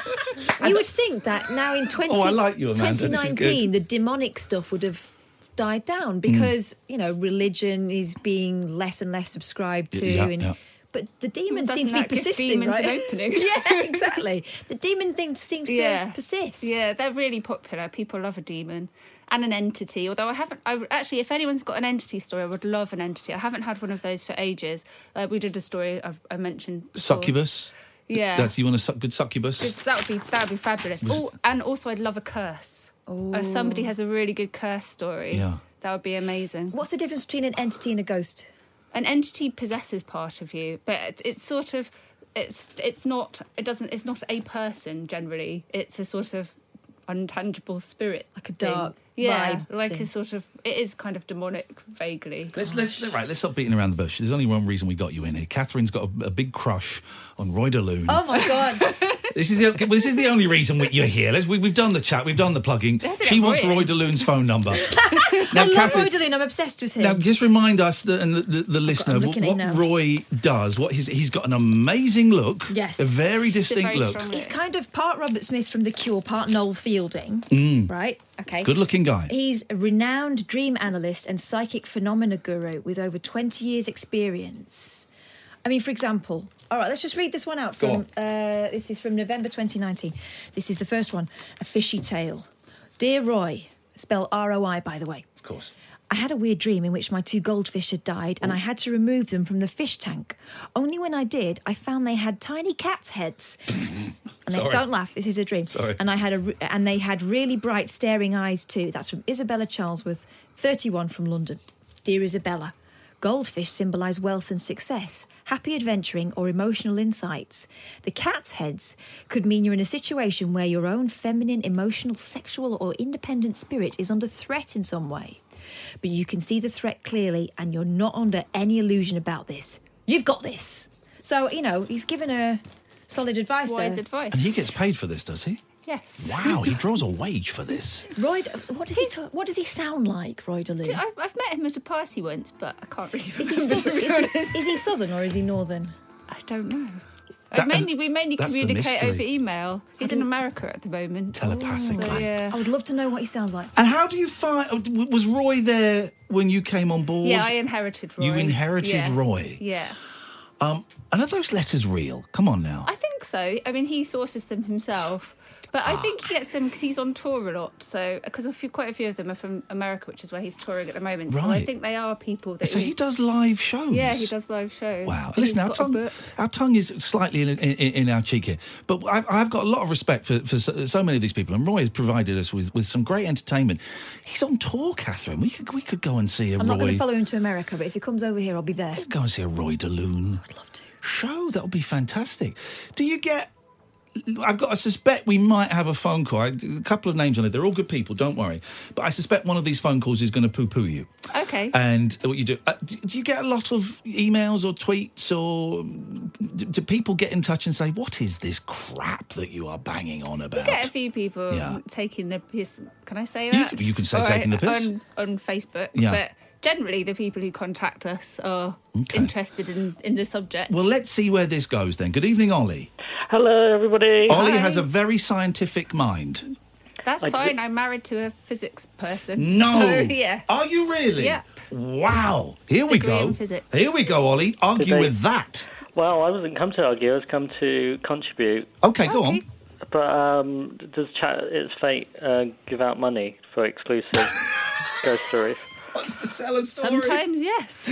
[SPEAKER 6] You would think that now in 20,
[SPEAKER 7] Oh, I like you, Amanda. This is good.
[SPEAKER 6] 2019, the demonic stuff would have died
[SPEAKER 7] Mm.
[SPEAKER 6] down because, you know, religion is being less and less subscribed
[SPEAKER 7] Y-
[SPEAKER 6] to.
[SPEAKER 7] yeah,
[SPEAKER 6] and,
[SPEAKER 7] yeah.
[SPEAKER 6] But the demon
[SPEAKER 7] Doesn't
[SPEAKER 6] seems to be
[SPEAKER 7] that give
[SPEAKER 6] persisting,
[SPEAKER 7] demons an
[SPEAKER 6] right? *laughs*
[SPEAKER 7] opening? *laughs*
[SPEAKER 6] yeah, exactly. The demon thing seems
[SPEAKER 7] yeah.
[SPEAKER 6] to persist.
[SPEAKER 7] Yeah, they're really popular. People love a demon and an entity. Although I haven't, I actually, if anyone's got an entity story, I would love an entity. I haven't had one of those for ages. Uh, we did a story I, I mentioned. before.
[SPEAKER 5] Succubus.
[SPEAKER 7] Yeah.
[SPEAKER 5] That's, you want a su- good succubus?
[SPEAKER 7] It's- that would be that would be fabulous.
[SPEAKER 5] Was-
[SPEAKER 7] Oh, and also I'd love a curse. If somebody has a really good curse story,
[SPEAKER 5] Yeah.
[SPEAKER 7] that would be amazing.
[SPEAKER 6] What's the difference between an entity and a ghost?
[SPEAKER 7] An entity possesses part of you, but it, it's sort of it's it's not it doesn't it's not a person generally. It's a sort of untangible spirit, like a
[SPEAKER 6] dark
[SPEAKER 7] yeah,
[SPEAKER 6] vibe
[SPEAKER 7] like
[SPEAKER 6] thing.
[SPEAKER 7] a sort of it is kind of demonic vaguely.
[SPEAKER 5] Let's, let's right. Let's stop beating around the bush. There's only one reason we got you in here. Catherine's got a, a big crush on Roy DeLune.
[SPEAKER 6] Oh my
[SPEAKER 7] *laughs*
[SPEAKER 6] God.
[SPEAKER 5] This is the this is the only reason we, you're here. Let's, we, we've done the chat. We've done the plugging.
[SPEAKER 6] That's a
[SPEAKER 5] She
[SPEAKER 6] bit
[SPEAKER 5] wants
[SPEAKER 6] weird.
[SPEAKER 5] Roy DeLune's phone
[SPEAKER 6] *laughs*
[SPEAKER 5] number.
[SPEAKER 6] I love
[SPEAKER 5] Catherine-
[SPEAKER 6] Roydalin. I'm obsessed with him.
[SPEAKER 5] Now, just remind us that, and the, the, the
[SPEAKER 6] I'm
[SPEAKER 5] listener what,
[SPEAKER 6] looking at him
[SPEAKER 5] what
[SPEAKER 6] now.
[SPEAKER 5] Roy does. What he's he's got an amazing look.
[SPEAKER 6] Yes.
[SPEAKER 5] a very distinct look.
[SPEAKER 6] He's kind of part Robert Smith from The Cure, part Noel Fielding.
[SPEAKER 5] Mm.
[SPEAKER 6] Right? Okay.
[SPEAKER 5] Good looking guy.
[SPEAKER 6] He's a renowned dream analyst and psychic phenomena guru with over 20 years' experience. I mean, for example, all right, let's just read this one out.
[SPEAKER 4] Go
[SPEAKER 6] From, Uh, this is from November 2019. This is the first one A Fishy Tale. Dear Roy, spell R O I, by the way.
[SPEAKER 5] Of course. Oh.
[SPEAKER 6] I had a weird dream in which my two goldfish had died and I had to remove them from the fish tank. Only when I did, I found they had tiny cat's
[SPEAKER 5] *laughs*
[SPEAKER 6] heads. And they,
[SPEAKER 4] Sorry.
[SPEAKER 6] don't laugh. This is a dream.
[SPEAKER 4] Sorry.
[SPEAKER 6] And I had a, re- and they had really bright staring eyes too. That's from Isabella Charlesworth, 31 from London. Dear Isabella, goldfish symbolise wealth and success, happy adventuring or emotional insights. The cat's heads could mean you're in a situation where your own feminine, emotional, sexual or independent spirit is under threat in some way. But you can see the threat clearly and you're not under any illusion about this. You've got this. So, you know, he's given her solid advice
[SPEAKER 7] Wise
[SPEAKER 6] there.
[SPEAKER 7] advice.
[SPEAKER 5] And he gets paid for this, does he?
[SPEAKER 7] Yes.
[SPEAKER 5] Wow, he draws a wage for this.
[SPEAKER 6] Roy, what does he ta- what does he sound like, Roy DeLu?
[SPEAKER 7] I- I've met him at a party once, but I can't *laughs* really
[SPEAKER 6] Is he
[SPEAKER 7] remember, to
[SPEAKER 6] southern?
[SPEAKER 7] be
[SPEAKER 6] Is he,
[SPEAKER 7] honest.
[SPEAKER 6] is he southern or is he northern?
[SPEAKER 7] I don't know. I
[SPEAKER 6] That-
[SPEAKER 7] mainly we mainly
[SPEAKER 6] that's the
[SPEAKER 7] communicate
[SPEAKER 6] mystery.
[SPEAKER 7] over email. He's in America at the moment.
[SPEAKER 5] Telepathically.
[SPEAKER 7] So, yeah.
[SPEAKER 6] I would love to know what he sounds like.
[SPEAKER 5] And how do you find? w- Was Roy there when you came on board?
[SPEAKER 7] Yeah, I inherited Roy.
[SPEAKER 5] You inherited
[SPEAKER 7] Yeah.
[SPEAKER 5] Roy.
[SPEAKER 7] Yeah.
[SPEAKER 5] Um, and are those letters real? Come on now.
[SPEAKER 7] I think so. I mean, he sources them himself. But
[SPEAKER 5] Ah.
[SPEAKER 7] I think he gets them because he's on tour a lot. So, because a few, quite a few of them are from America, which is where he's touring at the moment. So, I
[SPEAKER 5] Right.
[SPEAKER 7] think they are people that.
[SPEAKER 5] So he
[SPEAKER 7] he's-
[SPEAKER 5] does live shows.
[SPEAKER 7] Yeah, he does live shows.
[SPEAKER 5] Wow.
[SPEAKER 7] And he's
[SPEAKER 5] Listen, our
[SPEAKER 7] got a
[SPEAKER 5] tongue,
[SPEAKER 7] book.
[SPEAKER 5] our tongue is slightly in, in, in our cheek here. But I, I've got a lot of respect for, for so, so many of these people. And Roy has provided us with, with some great entertainment. He's on tour, Catherine. We could, we could go and see a
[SPEAKER 6] I'm not
[SPEAKER 5] Roy.
[SPEAKER 6] going to follow him to America, but if he comes over here, I'll be there.
[SPEAKER 5] Go and see a Roy DeLune. I'd love to. Show. That would be fantastic. Do you get. I've got. I suspect we might have a phone call. I, a couple of names on it. They're all good people. Don't worry. But I suspect one of these phone calls is going to poo-poo you.
[SPEAKER 7] Okay.
[SPEAKER 5] And what you do? Uh, do, do you get a lot of emails or tweets, or do, do people get in touch and say, "What is this crap that you are banging on
[SPEAKER 7] We
[SPEAKER 5] about?"
[SPEAKER 7] get a few people
[SPEAKER 5] Yeah.
[SPEAKER 7] taking the piss. Can I say
[SPEAKER 5] You
[SPEAKER 7] that?
[SPEAKER 5] could- you can say
[SPEAKER 7] All
[SPEAKER 5] taking the piss.
[SPEAKER 7] on, on Facebook.
[SPEAKER 5] Yeah.
[SPEAKER 7] But generally, the people who contact us are interested in in the subject.
[SPEAKER 5] Well, let's see where this goes then. Good evening, Ollie.
[SPEAKER 11] Hello, everybody.
[SPEAKER 5] Ollie has a very scientific mind.
[SPEAKER 7] That's
[SPEAKER 5] I-
[SPEAKER 7] fine. I'm married to a physics person.
[SPEAKER 5] No.
[SPEAKER 7] So, yeah.
[SPEAKER 5] Are you really?
[SPEAKER 7] Yeah.
[SPEAKER 5] Wow. Here we
[SPEAKER 7] Degree
[SPEAKER 5] go.
[SPEAKER 7] in physics.
[SPEAKER 5] Here we go, Ollie. Argue
[SPEAKER 11] Today-
[SPEAKER 5] with that.
[SPEAKER 11] Well, I wasn't come to argue. I was come to contribute.
[SPEAKER 5] Okay, go on.
[SPEAKER 11] But um, does chat its fate uh, give out money for
[SPEAKER 5] *laughs*
[SPEAKER 11] exclusive ghost stories?
[SPEAKER 5] What's the seller's
[SPEAKER 7] story? Sometimes, yes.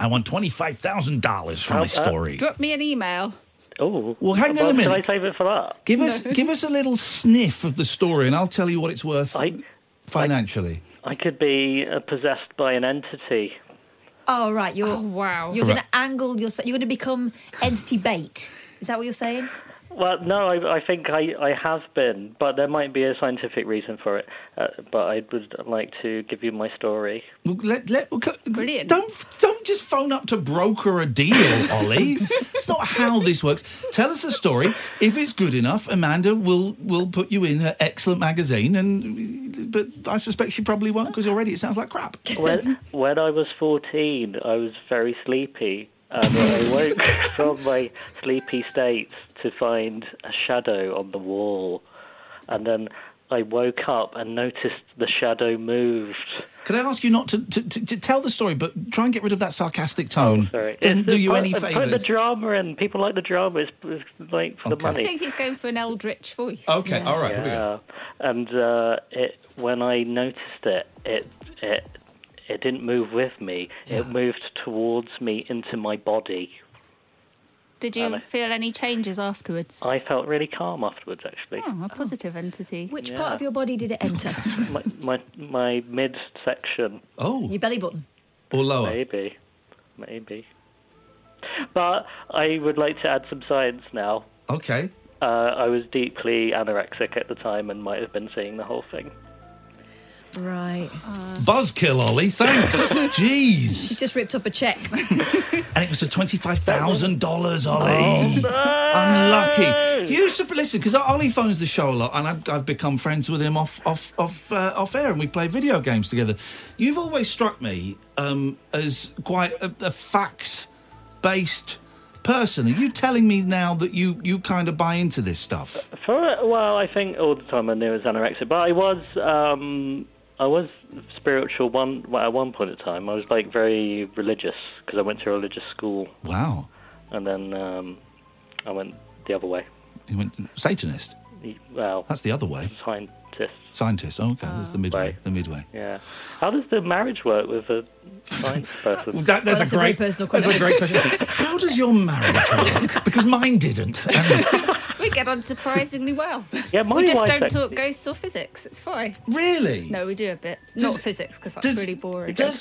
[SPEAKER 5] I want twenty-five thousand dollars from this story.
[SPEAKER 7] Drop me an email.
[SPEAKER 11] Oh.
[SPEAKER 5] Well, hang on a
[SPEAKER 11] Well,
[SPEAKER 5] minute.
[SPEAKER 11] shall I save it for that?
[SPEAKER 5] Give us give us a little sniff of the story, and I'll tell you what it's worth financially.
[SPEAKER 11] I could be uh, possessed by an entity.
[SPEAKER 6] Oh right, you're
[SPEAKER 7] wow.
[SPEAKER 6] You're
[SPEAKER 11] Right.
[SPEAKER 6] going to angle yourself. You're going to become entity bait. Is that what you're saying?
[SPEAKER 11] Well, no, I, I think I, I have been, but there might be a scientific reason for it. Uh, but I would like to give you my story.
[SPEAKER 5] Well, let, let, well, co- Don't don't just phone up to broker a deal,
[SPEAKER 11] *laughs*
[SPEAKER 5] Ollie. it's not how this works. Tell us the story. If it's good enough, Amanda will will put you in her excellent magazine, and but I suspect she probably won't because already it sounds like crap. *laughs*
[SPEAKER 11] when, when I was 14, I was very sleepy. And I woke from my sleepy state to find a shadow on the wall. And then I woke up and noticed the shadow moved.
[SPEAKER 5] Could I ask you not to, to, to, to tell the story, but try and get rid of that sarcastic tone?
[SPEAKER 11] Oh, Sorry.
[SPEAKER 5] Doesn't
[SPEAKER 11] It's-
[SPEAKER 5] do you
[SPEAKER 11] put-
[SPEAKER 5] any
[SPEAKER 11] Put the
[SPEAKER 5] favours.
[SPEAKER 11] drama in. People like the drama. It's, it's like for the money.
[SPEAKER 7] *laughs* I think he's going for an eldritch voice.
[SPEAKER 11] Yeah. And uh, it, when I noticed it, it it it didn't move with me. It moved towards me into my body.
[SPEAKER 7] Did you
[SPEAKER 11] And I-
[SPEAKER 7] feel any changes afterwards?
[SPEAKER 11] I felt really calm afterwards, actually.
[SPEAKER 7] Oh, a positive entity.
[SPEAKER 6] Which
[SPEAKER 11] Yeah.
[SPEAKER 6] part of your body did it enter?
[SPEAKER 11] My my, my mid section.
[SPEAKER 5] *laughs* Oh.
[SPEAKER 6] your belly button.
[SPEAKER 5] Or lower.
[SPEAKER 11] Maybe. Maybe. But I would like to add some science now.
[SPEAKER 5] Okay.
[SPEAKER 11] Uh, I was deeply anorexic at the time and might have been seeing the whole thing.
[SPEAKER 6] Right.
[SPEAKER 5] Uh, Buzzkill, Ollie.
[SPEAKER 11] *laughs*
[SPEAKER 5] Thanks. Jeez.
[SPEAKER 6] She's just ripped up
[SPEAKER 5] *laughs*
[SPEAKER 6] a check.
[SPEAKER 5] And it was for $25,000,
[SPEAKER 6] Oh,
[SPEAKER 5] Ollie. Unlucky. You should listen, because Ollie phones the show a lot, and I've, I've become friends with him off off off uh, off air, and we play video games together. You've always struck me um, as quite a, a fact based person. Are you telling me now that you you kind of buy into this stuff?
[SPEAKER 11] For well, I think all the time I knew I was anorexic, but I was um, I was spiritual one well, at one point in time. I was like very religious because I went to a religious school.
[SPEAKER 5] Wow.
[SPEAKER 11] And then um, I went the other way.
[SPEAKER 5] You went Satanist.
[SPEAKER 11] Well,
[SPEAKER 5] That's the other way.
[SPEAKER 11] Scientist.
[SPEAKER 5] Scientist. Oh, okay, that's the midway. The midway.
[SPEAKER 11] Yeah. How does the marriage work with a
[SPEAKER 5] *laughs*
[SPEAKER 11] science person?
[SPEAKER 5] Well, that- that's a great That's a great question. How does your marriage *laughs* work? Because mine didn't. And
[SPEAKER 7] We get on surprisingly well.
[SPEAKER 5] Yeah,
[SPEAKER 7] we
[SPEAKER 5] my
[SPEAKER 7] just
[SPEAKER 5] wife
[SPEAKER 7] don't
[SPEAKER 5] actually-
[SPEAKER 7] talk ghosts or physics. It's fine.
[SPEAKER 5] Really?
[SPEAKER 7] No, we do a bit. Not physics because that's really boring.
[SPEAKER 5] Does,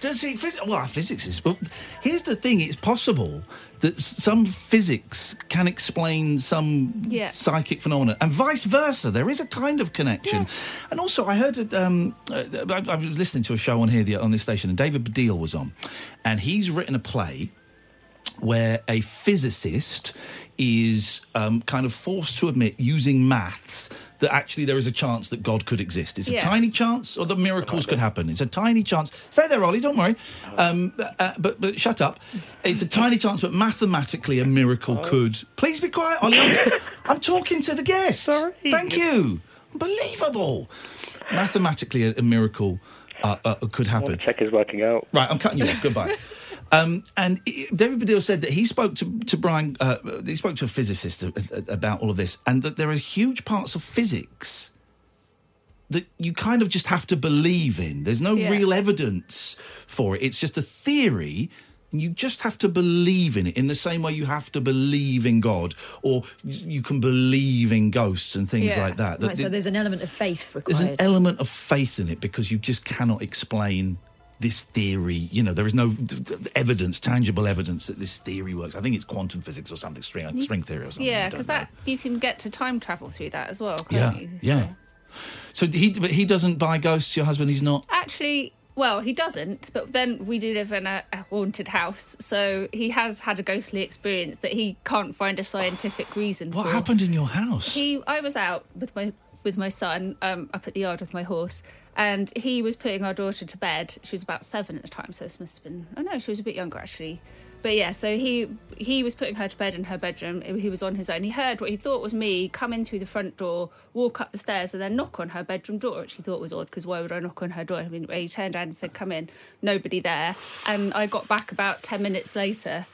[SPEAKER 5] does he? Phys- well, physics is. Well, here's the thing: it's possible that s- some physics can explain some
[SPEAKER 7] Yeah.
[SPEAKER 5] psychic phenomena, and vice versa. There is a kind of connection. And also, I heard that um, uh, I, I was listening to a show on here the, on this station, and David Baddiel was on, and he's written a play where a physicist is um, kind of forced to admit using maths that actually there is a chance that God could exist. It's a
[SPEAKER 12] Yeah.
[SPEAKER 5] tiny chance, or the miracles could happen. It's a tiny chance. Stay there, Ollie. Don't worry. Um, uh, but but shut up. It's a tiny chance, but mathematically a miracle
[SPEAKER 11] Oh.
[SPEAKER 5] could. Please be quiet, Ollie.
[SPEAKER 11] *laughs*
[SPEAKER 5] I'm, I'm talking to the guest. Thank you. Unbelievable. Mathematically, a, a miracle uh, uh, could happen.
[SPEAKER 11] check is working out.
[SPEAKER 5] Right, I'm cutting you off.
[SPEAKER 11] *laughs*
[SPEAKER 5] Goodbye. Um, and i- David Baddiel said that he spoke to, to Brian, uh, he spoke to a physicist a- a- about all of this, and that there are huge parts of physics that you kind of just have to believe in. There's no
[SPEAKER 12] Yeah.
[SPEAKER 5] real evidence for it, it's just a theory. and You just have to believe in it in the same way you have to believe in God, or y- you can believe in ghosts and things like that.
[SPEAKER 6] Right, so
[SPEAKER 5] That-
[SPEAKER 6] there's an element of faith
[SPEAKER 5] there's an
[SPEAKER 6] required.
[SPEAKER 5] element of faith in it because you just cannot explain this theory. You know, there is no d- d- evidence, tangible evidence that this theory works. I think it's quantum physics or something, string,
[SPEAKER 7] You-
[SPEAKER 5] string theory or something. I
[SPEAKER 7] Yeah,
[SPEAKER 5] don't
[SPEAKER 7] because
[SPEAKER 5] know.
[SPEAKER 7] that you can get to time travel through that as well. Can't
[SPEAKER 5] Yeah,
[SPEAKER 7] You?
[SPEAKER 5] yeah. So he, but he doesn't buy ghosts. Your husband, he's not.
[SPEAKER 7] Actually, well, he doesn't. But then we do live in a, a haunted house, so he has had a ghostly experience that he can't find a scientific reason
[SPEAKER 5] What
[SPEAKER 7] for.
[SPEAKER 5] happened in your house?
[SPEAKER 7] He, I was out with my with my son um, up at the yard with my horse, and he was putting our daughter to bed. She was about seven at the time, so this must have been. Oh no, she was a bit younger actually. But yeah, so he he was putting her to bed in her bedroom. He was on his own. He heard what he thought was me come in through the front door, walk up the stairs, and then knock on her bedroom door, which he thought was odd because why would I knock on her door? I mean, he turned around and said, "Come in." Nobody there, and I got back about ten minutes later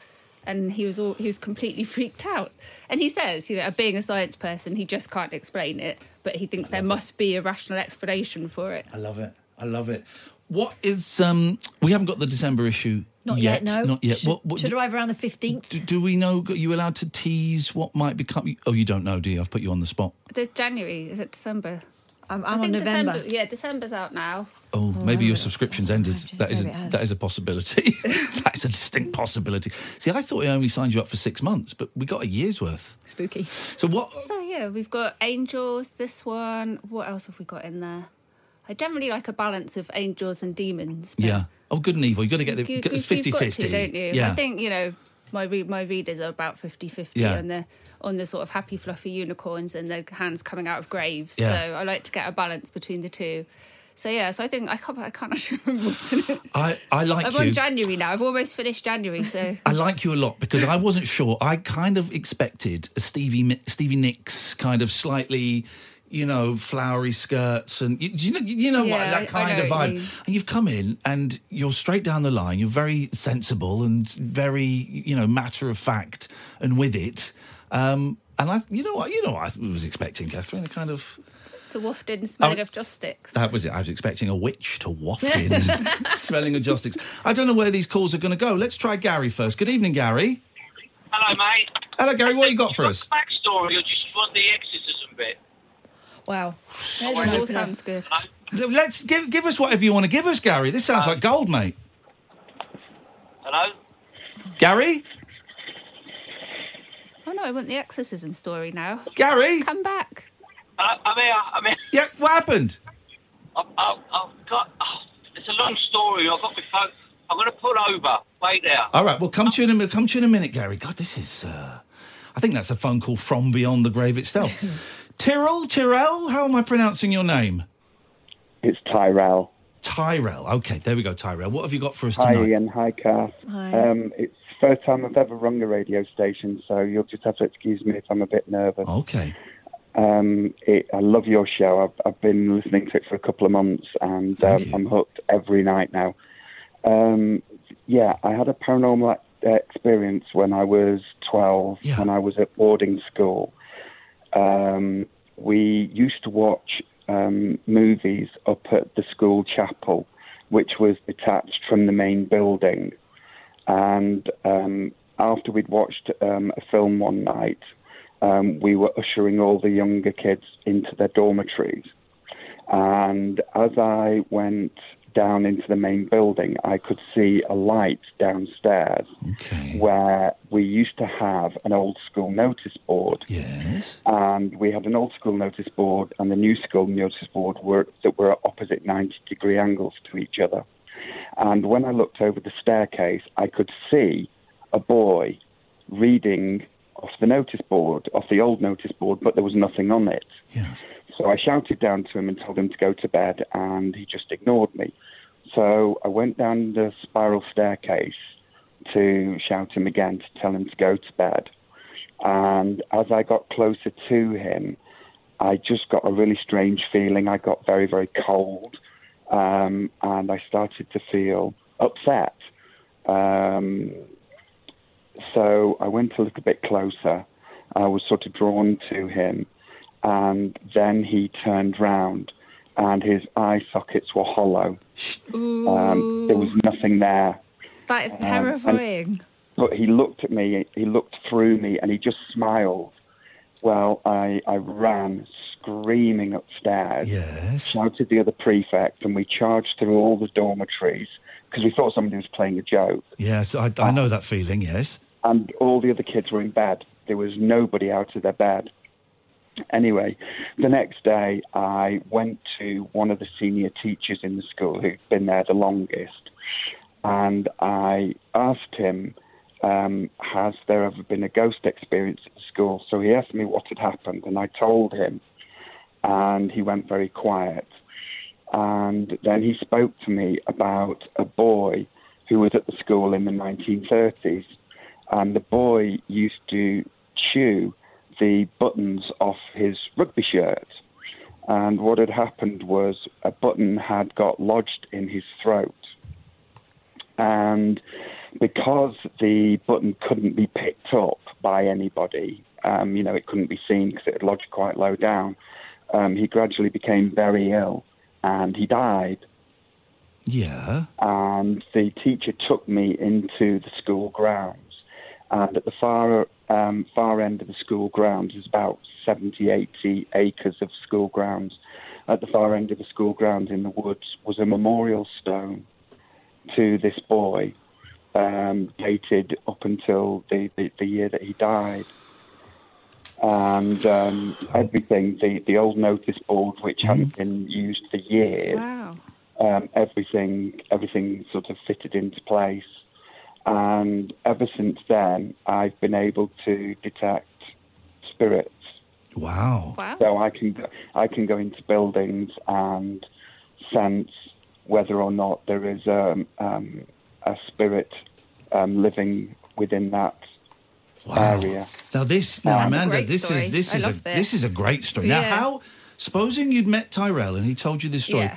[SPEAKER 7] and he was all he was completely *laughs* freaked out. And he says, you know, uh, being a science person, he just can't explain it, but he thinks there must be a rational explanation for it.
[SPEAKER 5] I love it. I love it. What is um? We haven't got the December issue.
[SPEAKER 6] Not yet, no.
[SPEAKER 5] Not yet.
[SPEAKER 6] Should,
[SPEAKER 5] what, what
[SPEAKER 6] should
[SPEAKER 5] do,
[SPEAKER 6] arrive around the 15th.
[SPEAKER 5] do, do we know? Are you allowed to tease what might become? Oh, you don't know, do you? I've put you on the spot.
[SPEAKER 7] There's January, is it December?
[SPEAKER 6] I'm,
[SPEAKER 7] I
[SPEAKER 6] I'm on
[SPEAKER 7] think
[SPEAKER 6] November.
[SPEAKER 7] December, yeah, December's out now.
[SPEAKER 5] Oh, maybe your subscription's ended. That is a,
[SPEAKER 7] Maybe it has.
[SPEAKER 5] that is a
[SPEAKER 7] *laughs*
[SPEAKER 5] possibility. *laughs* that is a distinct possibility. See, I thought I only signed you up for six months, but we got a year's worth.
[SPEAKER 6] Spooky.
[SPEAKER 5] So what?
[SPEAKER 7] So yeah, we've got Angels, this one. What else have we got in there? I generally like a balance of angels and demons.
[SPEAKER 5] Yeah. Oh, good and evil. You got to get the
[SPEAKER 7] You-
[SPEAKER 5] get
[SPEAKER 7] you-
[SPEAKER 5] fifty
[SPEAKER 7] you've got to,
[SPEAKER 5] fifty.
[SPEAKER 7] don't you?
[SPEAKER 5] Yeah.
[SPEAKER 7] I think you know my re- my readers are about 50-50
[SPEAKER 5] Yeah.
[SPEAKER 7] on the on the sort of happy fluffy unicorns and the hands coming out of graves.
[SPEAKER 5] Yeah.
[SPEAKER 7] So I like to get a balance between the two. So yeah, so I think I can't I can't *laughs* actually remember what's in it.
[SPEAKER 5] I, I like
[SPEAKER 7] I'm
[SPEAKER 5] you.
[SPEAKER 7] on January now. I've almost finished January, so
[SPEAKER 5] I like you a lot because I wasn't sure. I kind of expected a Stevie Mi- Stevie Nicks kind of slightly, you know, flowery skirts and you, you know, you know
[SPEAKER 12] Yeah, I- I
[SPEAKER 5] what that kind
[SPEAKER 12] know
[SPEAKER 5] of
[SPEAKER 12] what you
[SPEAKER 5] vibe. And you've come in and you're straight down the line. You're very sensible and very, you know, matter of fact and with it. Um, and I, you know what, you know what I was expecting, Catherine, a kind of.
[SPEAKER 7] to waft in smelling
[SPEAKER 5] Oh.
[SPEAKER 7] of joss sticks.
[SPEAKER 5] That was it. I was expecting a witch to waft
[SPEAKER 12] *laughs*
[SPEAKER 5] in, smelling of joss sticks. I don't know where these calls are going to go. Let's try Gary first. Good evening, Gary.
[SPEAKER 13] Hello, mate.
[SPEAKER 5] Hello, Gary. What you got for us?
[SPEAKER 13] Backstory, or just want the exorcism bit? Oh,
[SPEAKER 6] Wow.
[SPEAKER 7] That all sounds good.
[SPEAKER 5] Let's give give us whatever you want to give us, Gary. This sounds like gold, mate.
[SPEAKER 13] Hello?
[SPEAKER 5] Gary,
[SPEAKER 7] *laughs* Oh no, I want the exorcism story now.
[SPEAKER 5] Gary?
[SPEAKER 7] Come back.
[SPEAKER 13] Hello? Uh, I'm here. I'm here.
[SPEAKER 5] yeah, what happened?
[SPEAKER 13] I've, I've, I've got. Oh, it's a long story. I've got my phone. I'm going to pull over. Wait there.
[SPEAKER 5] All right, we'll come to you in a minute. Come to you in a minute, Gary. God, this is. Uh, I think that's a phone call from beyond the grave itself. Tyrell, Tyrell, how am I pronouncing your name?
[SPEAKER 14] It's Tyrell.
[SPEAKER 5] Tyrell. Okay, there we go, Tyrell. What have you got for us
[SPEAKER 14] Hi,
[SPEAKER 5] tonight?
[SPEAKER 14] Ian. Hi, Kath.
[SPEAKER 5] Hi.
[SPEAKER 14] Um, it's the first time I've ever rung a radio station, so you'll just have to excuse me if I'm a bit nervous.
[SPEAKER 5] Okay.
[SPEAKER 14] Um, it, I love your show. I've, I've been listening to it for a couple of months, and um, I'm hooked every night now. Um, yeah, I had a paranormal uh, experience when I was 12, when I was at boarding school. Um, we used to watch um, movies up at the school chapel, which was detached from the main building. And um, after we'd watched um, a film one night, um, we were ushering all the younger kids into their dormitories. And as I went down into the main building, I could see a light downstairs where we used to have an old school notice board.
[SPEAKER 5] Yes.
[SPEAKER 14] And we had an old school notice board and the new school notice board were, that were at opposite 90 degree angles to each other. And when I looked over the staircase, I could see a boy reading off the notice board, off the old notice board, but there was nothing on it. So I shouted down to him and told him to go to bed, and he just ignored me. So I went down the spiral staircase to shout him again to tell him to go to bed. And as I got closer to him, I just got a really strange feeling. I got very, very cold, um, and I started to feel upset. Um, so I went a little bit closer. I was sort of drawn to him, and then he turned round, and his eye sockets were hollow.
[SPEAKER 7] Ooh,
[SPEAKER 14] Um, there was nothing there.
[SPEAKER 7] that is
[SPEAKER 14] um, and-
[SPEAKER 7] terrifying.
[SPEAKER 14] But he looked at me, he looked through me, and he just smiled. Well, I, I ran screaming upstairs,
[SPEAKER 5] yes.
[SPEAKER 14] shouted the other prefect, and we charged through all the dormitories because we thought somebody was playing a joke.
[SPEAKER 5] Yes, I, I know that feeling. Yes.
[SPEAKER 14] And all the other kids were in bed. There was nobody out of their bed. Anyway, the next day I went to one of the senior teachers in the school who'd been there the longest, and I asked him, um, Has there ever been a ghost experience at school? So he asked me what had happened, and I told him, and he went very quiet. And then he spoke to me about a boy who was at the school in the 1930s, and Um, the boy used to chew the buttons off his rugby shirt. And what had happened was a button had got lodged in his throat. And because the button couldn't be picked up by anybody, um, you know, it couldn't be seen because it had lodged quite low down, um, he gradually became very ill and he died.
[SPEAKER 5] Yeah.
[SPEAKER 14] And the teacher took me into the school grounds. And at the far, um, far end of the school grounds is about 70, 80 acres of school grounds. At the far end of the school grounds in the woods was a memorial stone to this boy, um, dated up until the, the, the year that he died. And um, everything, the, the old notice board, which hadn't been used for years,
[SPEAKER 7] Wow.
[SPEAKER 14] um, everything everything sort of fitted into place. And ever since then, I've been able to detect spirits.
[SPEAKER 5] Wow.
[SPEAKER 7] wow.
[SPEAKER 14] So I can, go- I can go into buildings and sense whether or not there is um, um, a spirit um, living within that area.
[SPEAKER 5] Now this, now
[SPEAKER 14] Wow.
[SPEAKER 5] Amanda,
[SPEAKER 14] That's a great
[SPEAKER 5] this is
[SPEAKER 14] story.
[SPEAKER 5] this
[SPEAKER 14] I
[SPEAKER 5] is a
[SPEAKER 14] love
[SPEAKER 5] this.
[SPEAKER 14] this.
[SPEAKER 5] is a great story. Now,
[SPEAKER 14] Yeah.
[SPEAKER 5] how? Supposing you'd met Tyrell and he told you this story,
[SPEAKER 7] Yeah.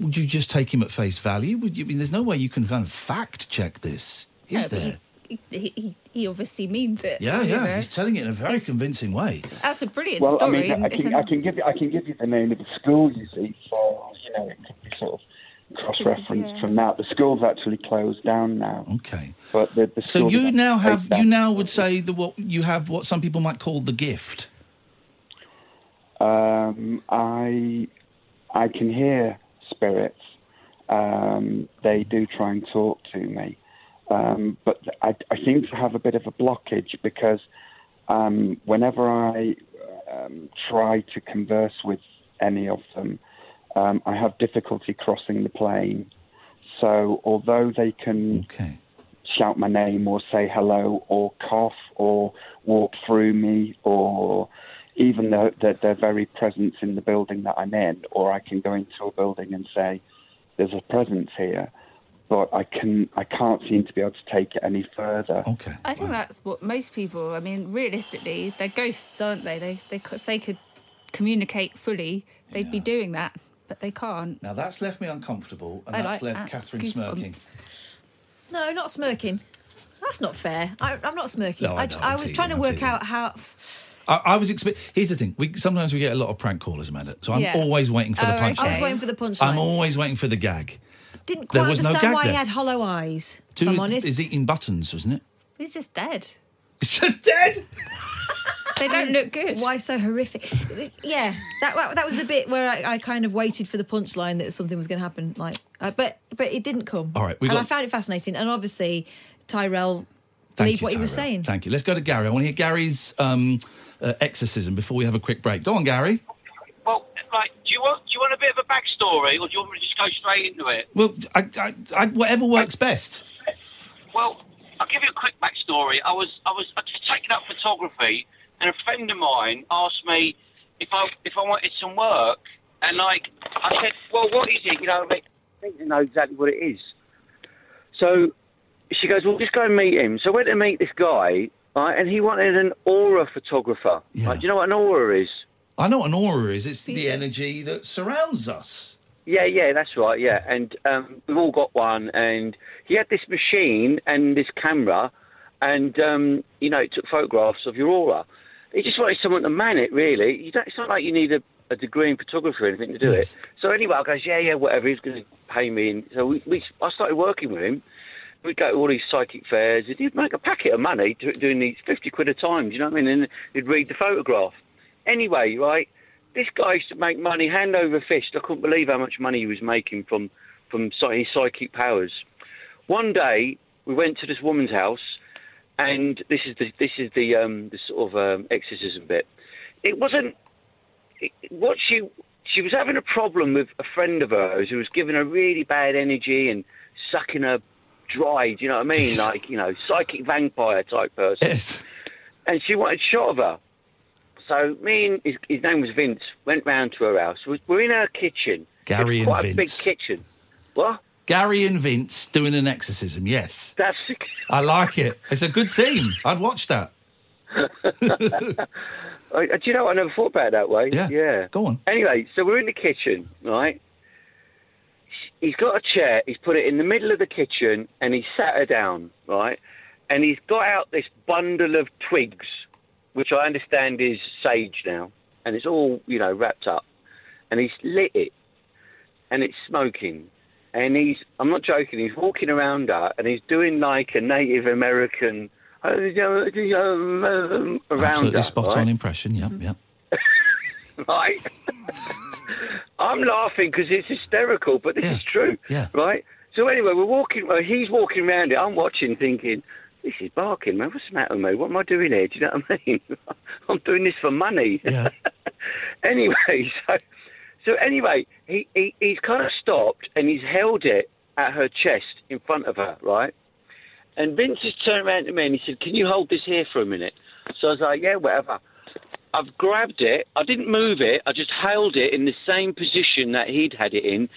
[SPEAKER 5] would you just take him at face value? Would you? I mean, there's no way you can kind of fact check this, is
[SPEAKER 7] No, but
[SPEAKER 5] there?
[SPEAKER 7] He, he, he- he obviously means it.
[SPEAKER 5] Yeah,
[SPEAKER 7] you
[SPEAKER 5] yeah.
[SPEAKER 7] know.
[SPEAKER 5] He's telling it in a very convincing way.
[SPEAKER 7] That's a brilliant
[SPEAKER 14] well,
[SPEAKER 7] story.
[SPEAKER 14] I mean, I
[SPEAKER 7] It's
[SPEAKER 14] can,
[SPEAKER 7] an-
[SPEAKER 14] I can give you, I can give you the name of the school. You see, for you know, it could be sort of cross reference
[SPEAKER 5] Yeah.
[SPEAKER 14] from that. The school's actually closed down now.
[SPEAKER 5] Okay,
[SPEAKER 14] but the, the
[SPEAKER 5] So
[SPEAKER 14] school
[SPEAKER 5] you
[SPEAKER 14] is
[SPEAKER 5] now
[SPEAKER 14] actually
[SPEAKER 5] have
[SPEAKER 14] based
[SPEAKER 5] you now would say that what you have what some people might call the gift.
[SPEAKER 14] Um, I I can hear spirits. Um, they do try and talk to me, um, but I, I seem to have a bit of a blockage because um, whenever I um, try to converse with any of them, um, I have difficulty crossing the plane. So although they can shout my name or say hello or cough or walk through me or even though that their very presence in the building that I'm in, or I can go into a building and say, "There's a presence here," but I can I can't seem to be able to take it any further.
[SPEAKER 5] Okay.
[SPEAKER 7] I think that's what most people. I mean, realistically, they're ghosts, aren't they? They, they, could- if they could communicate fully, they'd be doing that, but they can't.
[SPEAKER 5] Now that's left me uncomfortable, and
[SPEAKER 7] I
[SPEAKER 5] that's
[SPEAKER 7] like
[SPEAKER 5] left
[SPEAKER 7] that.
[SPEAKER 5] Catherine
[SPEAKER 7] Goosebumps.
[SPEAKER 5] smirking.
[SPEAKER 6] No, not smirking. That's not fair. I, I'm not smirking.
[SPEAKER 5] No, I
[SPEAKER 6] I,
[SPEAKER 5] know,
[SPEAKER 6] I
[SPEAKER 5] I'm
[SPEAKER 6] was
[SPEAKER 5] teasing,
[SPEAKER 6] trying to
[SPEAKER 5] I'm
[SPEAKER 6] work
[SPEAKER 5] teasing.
[SPEAKER 6] out how.
[SPEAKER 5] I, I was expect. Here's the thing: we sometimes we get a lot of prank callers, Amanda. So I'm
[SPEAKER 6] Yeah.
[SPEAKER 5] always waiting for the
[SPEAKER 6] Oh,
[SPEAKER 5] punchline.
[SPEAKER 6] okay. I was waiting for the punchline.
[SPEAKER 5] I'm always waiting for the gag.
[SPEAKER 6] Didn't
[SPEAKER 5] There
[SPEAKER 6] quite
[SPEAKER 5] was no
[SPEAKER 6] understand
[SPEAKER 5] gag
[SPEAKER 6] why he
[SPEAKER 5] there.
[SPEAKER 6] had hollow eyes.
[SPEAKER 5] Two
[SPEAKER 6] if I'm honest.
[SPEAKER 5] is eating buttons, wasn't it?
[SPEAKER 7] He's just dead.
[SPEAKER 5] It's just dead.
[SPEAKER 7] They don't look good.
[SPEAKER 6] Why so horrific? Yeah, that that was the bit where I, I kind of waited for the punchline that something was going to happen. Like, uh, but but it didn't come.
[SPEAKER 5] All right, we
[SPEAKER 6] and
[SPEAKER 5] got-
[SPEAKER 6] I found it fascinating. And obviously, Tyrell
[SPEAKER 5] Thank
[SPEAKER 6] believed
[SPEAKER 5] you,
[SPEAKER 6] what he was
[SPEAKER 5] Tyrell.
[SPEAKER 6] saying.
[SPEAKER 5] Thank you. Let's go to Gary. I want to hear Gary's um, uh, exorcism before we have a quick break. Go on, Gary.
[SPEAKER 13] Well, right, do you want do you want a bit of a backstory, or do you want me to just go straight into it?
[SPEAKER 5] Well, I, I, I, whatever works best.
[SPEAKER 13] Well, I'll give you a quick backstory. I was I was taking up photography, and a friend of mine asked me if I if I wanted some work, and like I said, well, what is it? You know, like, I think they know exactly what it is. So she goes, well, just go and meet him. So I went to meet this guy, right, and he wanted an aura photographer. Like, do you know what an aura is?
[SPEAKER 5] I know what an aura is. It's the energy that surrounds us.
[SPEAKER 13] Yeah, yeah, that's right. Yeah, and um, we've all got one. And he had this machine and this camera, and um, you know, it took photographs of your aura. He just wanted someone to man it. Really, you don't, it's not like you need a, a degree in photography or anything to do it. So anyway, I goes, yeah, yeah, whatever. He's going to pay me. And so we, we, I started working with him. We'd go to all these psychic fairs. and He'd make a packet of money do- doing these fifty quid a time. Do you know what I mean? And he'd read the photograph. Anyway, right this guy used to make money hand over fist. I couldn't believe how much money he was making from from psy- his psychic powers. One day we went to this woman's house, and this is the this is the um, the sort of um, exorcism bit. It wasn't it, what she she was having a problem with a friend of hers who was giving her really bad energy and sucking her dry. Do you know what I
[SPEAKER 5] *laughs*
[SPEAKER 13] mean? like you know, psychic vampire type person.
[SPEAKER 5] Yes.
[SPEAKER 13] And she wanted shot of her. So me and his, his name was Vince went round to her house. We- We're in her kitchen.
[SPEAKER 5] Gary
[SPEAKER 13] It's
[SPEAKER 5] and
[SPEAKER 13] quite a big
[SPEAKER 5] Vince.
[SPEAKER 13] kitchen. What?
[SPEAKER 5] Gary and Vince doing an exorcism. Yes.
[SPEAKER 13] That's.
[SPEAKER 5] I like it. It's a good team. I'd watch that.
[SPEAKER 13] *laughs* I, do you know? what? I never thought about it that way.
[SPEAKER 5] Yeah.
[SPEAKER 13] Yeah.
[SPEAKER 5] Go on.
[SPEAKER 13] Anyway, so we're in the kitchen, right? He's got a chair. He's put it in the middle of the kitchen, and he sat her down, right? And he's got out this bundle of twigs, which I understand is sage now, and it's all you know wrapped up, and he's lit it, and it's smoking. And he's, I'm not joking, he's walking around her and he's doing like a Native American "Oh, around
[SPEAKER 5] Absolutely
[SPEAKER 13] her,
[SPEAKER 5] spot
[SPEAKER 13] right?
[SPEAKER 5] on impression. Yep, yep.
[SPEAKER 13] *laughs* right? I'm laughing because it's hysterical, but this is true,
[SPEAKER 5] yeah.
[SPEAKER 13] right? So anyway, we're walking. Well, he's walking around it. I'm watching, thinking, "This is barking, man. What's the matter with me? What am I doing here? Do you know what I mean? *laughs* I'm doing this for money." *laughs* anyway, *laughs* so so anyway, he, he he's kind of stopped and he's held it at her chest in front of her, right? And Vince just turned around to me and he said, Can you hold this here for a minute? So I was like, Yeah, whatever. I've grabbed it. I didn't move it. I just held it in the same position that he'd had it in.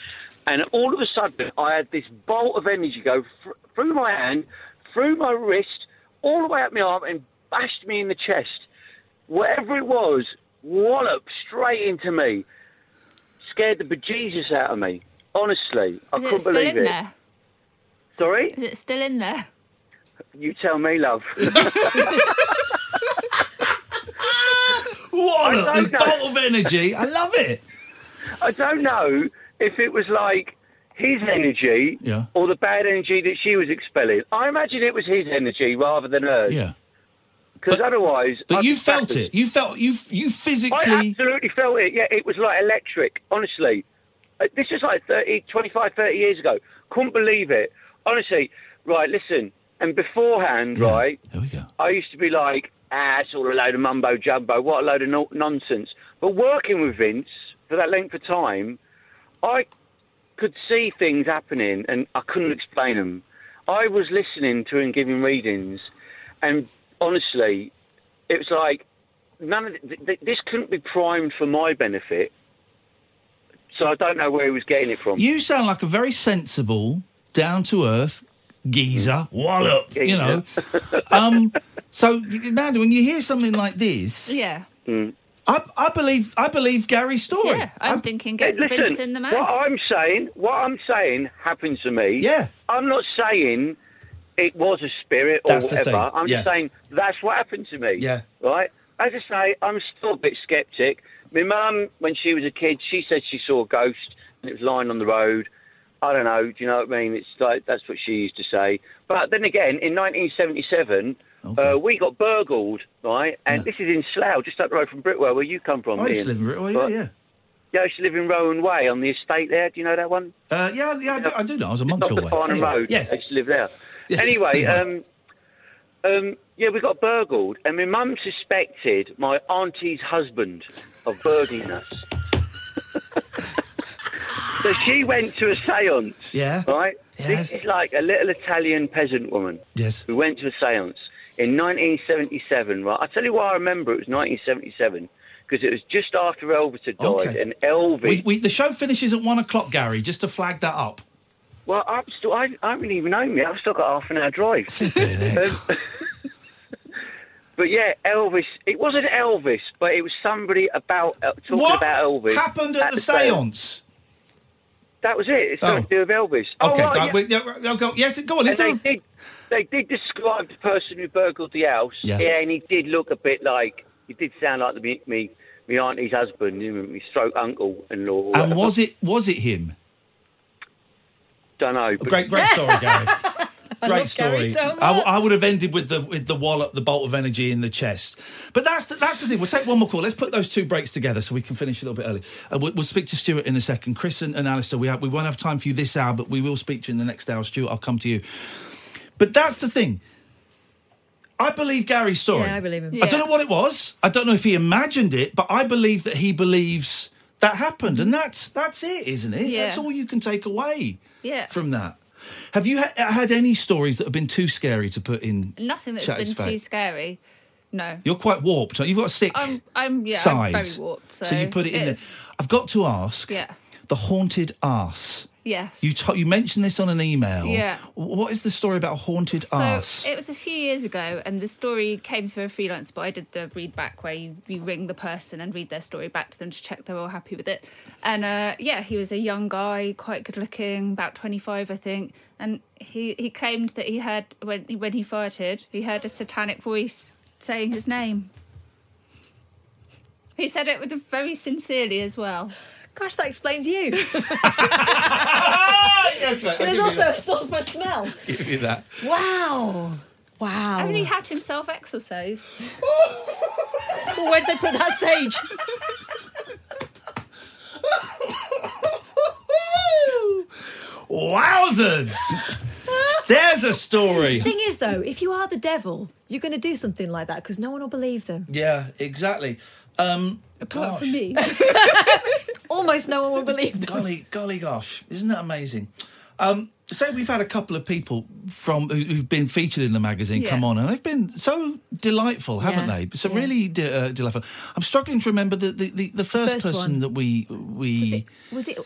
[SPEAKER 13] And all of a sudden, I had this bolt of energy go fr- through my hand, through my wrist, all the way up my arm, and bashed me in the chest. Whatever it was, walloped straight into me. Scared the bejesus out of me. Honestly, I
[SPEAKER 7] Is
[SPEAKER 13] couldn't
[SPEAKER 7] it still
[SPEAKER 13] believe
[SPEAKER 7] in
[SPEAKER 13] it.
[SPEAKER 7] there?
[SPEAKER 13] Sorry?
[SPEAKER 7] Is it still in there?
[SPEAKER 13] You tell me, love.
[SPEAKER 5] *laughs*
[SPEAKER 13] *laughs*
[SPEAKER 5] What
[SPEAKER 13] I
[SPEAKER 5] a
[SPEAKER 13] don't
[SPEAKER 5] this
[SPEAKER 13] know.
[SPEAKER 5] bolt of energy. I love it.
[SPEAKER 13] I don't know if it was like his energy
[SPEAKER 5] Yeah.
[SPEAKER 13] or the bad energy that she was expelling. I imagine it was his energy rather than hers.
[SPEAKER 5] Yeah.
[SPEAKER 13] Because otherwise,
[SPEAKER 5] But
[SPEAKER 13] I'd
[SPEAKER 5] you
[SPEAKER 13] be
[SPEAKER 5] felt
[SPEAKER 13] battered.
[SPEAKER 5] it. You felt you you
[SPEAKER 13] I
[SPEAKER 5] physically.
[SPEAKER 13] absolutely felt it. Yeah, it was like electric, honestly. Uh, This was like 30, 25, 30 years ago. Couldn't believe it. Honestly, right, listen. And beforehand, right,
[SPEAKER 5] there we go.
[SPEAKER 13] I used to be like, ah, it's all a load of mumbo jumbo. What a load of no- nonsense. But working with Vince for that length of time, I could see things happening and I couldn't explain them. I was listening to him giving readings, and honestly, it was like none of th- th- this couldn't be primed for my benefit. So I don't know where he was getting it from.
[SPEAKER 5] You sound like a very sensible, down to earth geezer. Wallop, you know. *laughs* um, so, Amanda, when you hear something like this,
[SPEAKER 7] Yeah.
[SPEAKER 5] I, I believe I believe Gary's story.
[SPEAKER 7] Yeah, I'm thinking get
[SPEAKER 13] Listen,
[SPEAKER 7] Vince in the man.
[SPEAKER 13] what I'm saying, what I'm saying happened to me. Yeah, I'm not saying it was a spirit or
[SPEAKER 5] That's the
[SPEAKER 13] whatever.
[SPEAKER 5] thing,
[SPEAKER 13] I'm just
[SPEAKER 5] yeah.
[SPEAKER 13] saying that's what happened to me.
[SPEAKER 5] Yeah.
[SPEAKER 13] right. As I say, I'm still a bit sceptic. My mum, when she was a kid, she said she saw a ghost and it was lying on the road. I don't know. Do you know what I mean? It's like that's what she used to say. But then again, in 1977, uh, we got burgled, right? And this is in Slough, just up the road from Britwell, where you come from.
[SPEAKER 5] I
[SPEAKER 13] Ian.
[SPEAKER 5] used to live in Britwell, yeah,
[SPEAKER 13] Right?
[SPEAKER 5] yeah.
[SPEAKER 13] Yeah, I used to live in Rowan Way on the estate there. Do you know that one?
[SPEAKER 5] Uh, yeah, yeah, I do, I do know. I was a
[SPEAKER 13] Not
[SPEAKER 5] Montreal
[SPEAKER 13] the
[SPEAKER 5] way.
[SPEAKER 13] Farnham
[SPEAKER 5] Anyway,
[SPEAKER 13] Road.
[SPEAKER 5] Yes.
[SPEAKER 13] I used to live there. Anyway, um, um, yeah, we got burgled, and my mum suspected my auntie's husband of burgling us. *laughs* so she went to a séance.
[SPEAKER 5] Yeah.
[SPEAKER 13] Right? This is like a little Italian peasant woman.
[SPEAKER 5] Yes.
[SPEAKER 13] Who went to a séance in 1977, right? I tell you why I remember it was 1977, because it was just after Elvis had died,
[SPEAKER 5] Okay.
[SPEAKER 13] and Elvis...
[SPEAKER 5] We, we, the show finishes at one o'clock, Gary, just to flag that up.
[SPEAKER 13] Well, I'm still, I, I haven't even known yet. I've still got half an hour drive. Um, *laughs* but yeah, Elvis. It wasn't Elvis, but it was somebody about uh, talking
[SPEAKER 5] What
[SPEAKER 13] about Elvis.
[SPEAKER 5] happened at, the,
[SPEAKER 13] séance.
[SPEAKER 5] seance?
[SPEAKER 13] That was it. It's
[SPEAKER 5] Oh.
[SPEAKER 13] something to do with Elvis.
[SPEAKER 5] Okay,
[SPEAKER 13] oh, right,
[SPEAKER 5] right,
[SPEAKER 13] yeah.
[SPEAKER 5] we- yeah, right, I'll go- yes, go on.
[SPEAKER 13] And
[SPEAKER 5] Is
[SPEAKER 13] they
[SPEAKER 5] there a-
[SPEAKER 13] did. They did describe the person who burgled the house.
[SPEAKER 5] Yeah.
[SPEAKER 13] and he did look a bit like. He did sound like the, me, me, me auntie's husband, you know, my stroke uncle-in-law.
[SPEAKER 5] And was it was it him?
[SPEAKER 13] Don't know.
[SPEAKER 5] *laughs* Great, great story, Gary. Great story.
[SPEAKER 4] so
[SPEAKER 5] I, w- I would have ended with the with the wallop, the bolt of energy in the chest. But that's the, that's the thing. We'll take one more call. Let's put those two breaks together so we can finish a little bit early. Uh, we'll, we'll speak to Stuart in a second. Chris and, and Alistair, we have, we won't have time for you this hour, but we will speak to you in the next hour. Stuart, I'll come to you. But that's the thing. I believe Gary's story.
[SPEAKER 6] Yeah, I believe him.
[SPEAKER 5] I don't know what it was. I don't know if he imagined it, but I believe that he believes that happened,
[SPEAKER 6] Mm-hmm.
[SPEAKER 5] and that's that's it, isn't it?
[SPEAKER 7] Yeah.
[SPEAKER 5] That's all you can take away
[SPEAKER 7] Yeah.
[SPEAKER 5] from that. Have you ha- had any stories that have been too scary to put in?
[SPEAKER 7] Nothing that's
[SPEAKER 5] Chat
[SPEAKER 7] been
[SPEAKER 5] is
[SPEAKER 7] too
[SPEAKER 5] fake.
[SPEAKER 7] scary. No.
[SPEAKER 5] You're quite warped. aren't you? You've got a sick
[SPEAKER 7] I'm, I'm yeah,
[SPEAKER 5] side,
[SPEAKER 7] I'm very warped. So,
[SPEAKER 5] you put it in there.
[SPEAKER 7] it's-
[SPEAKER 5] I've got to ask
[SPEAKER 7] Yeah.
[SPEAKER 5] the haunted ass.
[SPEAKER 7] Yes.
[SPEAKER 5] You to- you mentioned this on an email.
[SPEAKER 7] Yeah.
[SPEAKER 5] W- What is the story about a haunted
[SPEAKER 7] So
[SPEAKER 5] ass?
[SPEAKER 7] it was a few years ago, and the story came through a freelance, but I did the read back where you, you ring the person and read their story back to them to check they're all happy with it. And uh, yeah, he was a young guy, quite good looking, about 25, I think. And he, he claimed that he heard, when, when he farted, he heard a satanic voice saying his name. He said it with a very sincerely as well.
[SPEAKER 6] Gosh, that explains you.
[SPEAKER 5] yes, mate, I'll give
[SPEAKER 6] There's
[SPEAKER 5] you
[SPEAKER 6] also
[SPEAKER 5] that.
[SPEAKER 6] a sulphur smell.
[SPEAKER 5] Give you that.
[SPEAKER 6] Wow. Wow.
[SPEAKER 7] And he had
[SPEAKER 5] *laughs*
[SPEAKER 7] himself exorcised.
[SPEAKER 6] Where'd they put that sage?
[SPEAKER 7] *laughs*
[SPEAKER 5] Wowzers! *laughs*
[SPEAKER 6] *laughs*
[SPEAKER 5] There's a story.
[SPEAKER 6] Thing is, though, if you are the devil, you're going to do something like that because no one will believe them. *laughs*
[SPEAKER 5] Yeah, exactly. Um,
[SPEAKER 7] Apart from me.
[SPEAKER 6] Almost no one will believe them.
[SPEAKER 5] Golly, golly gosh, isn't that amazing? Um, so we've had a couple of people from who- who've been featured in the magazine
[SPEAKER 12] Yeah.
[SPEAKER 5] come on, and they've been so delightful, haven't
[SPEAKER 12] Yeah.
[SPEAKER 5] they? So
[SPEAKER 12] Yeah.
[SPEAKER 5] really de- uh, delightful. I'm struggling to remember the the, the, the first,
[SPEAKER 6] first
[SPEAKER 5] person
[SPEAKER 6] one.
[SPEAKER 5] that we we
[SPEAKER 6] Was it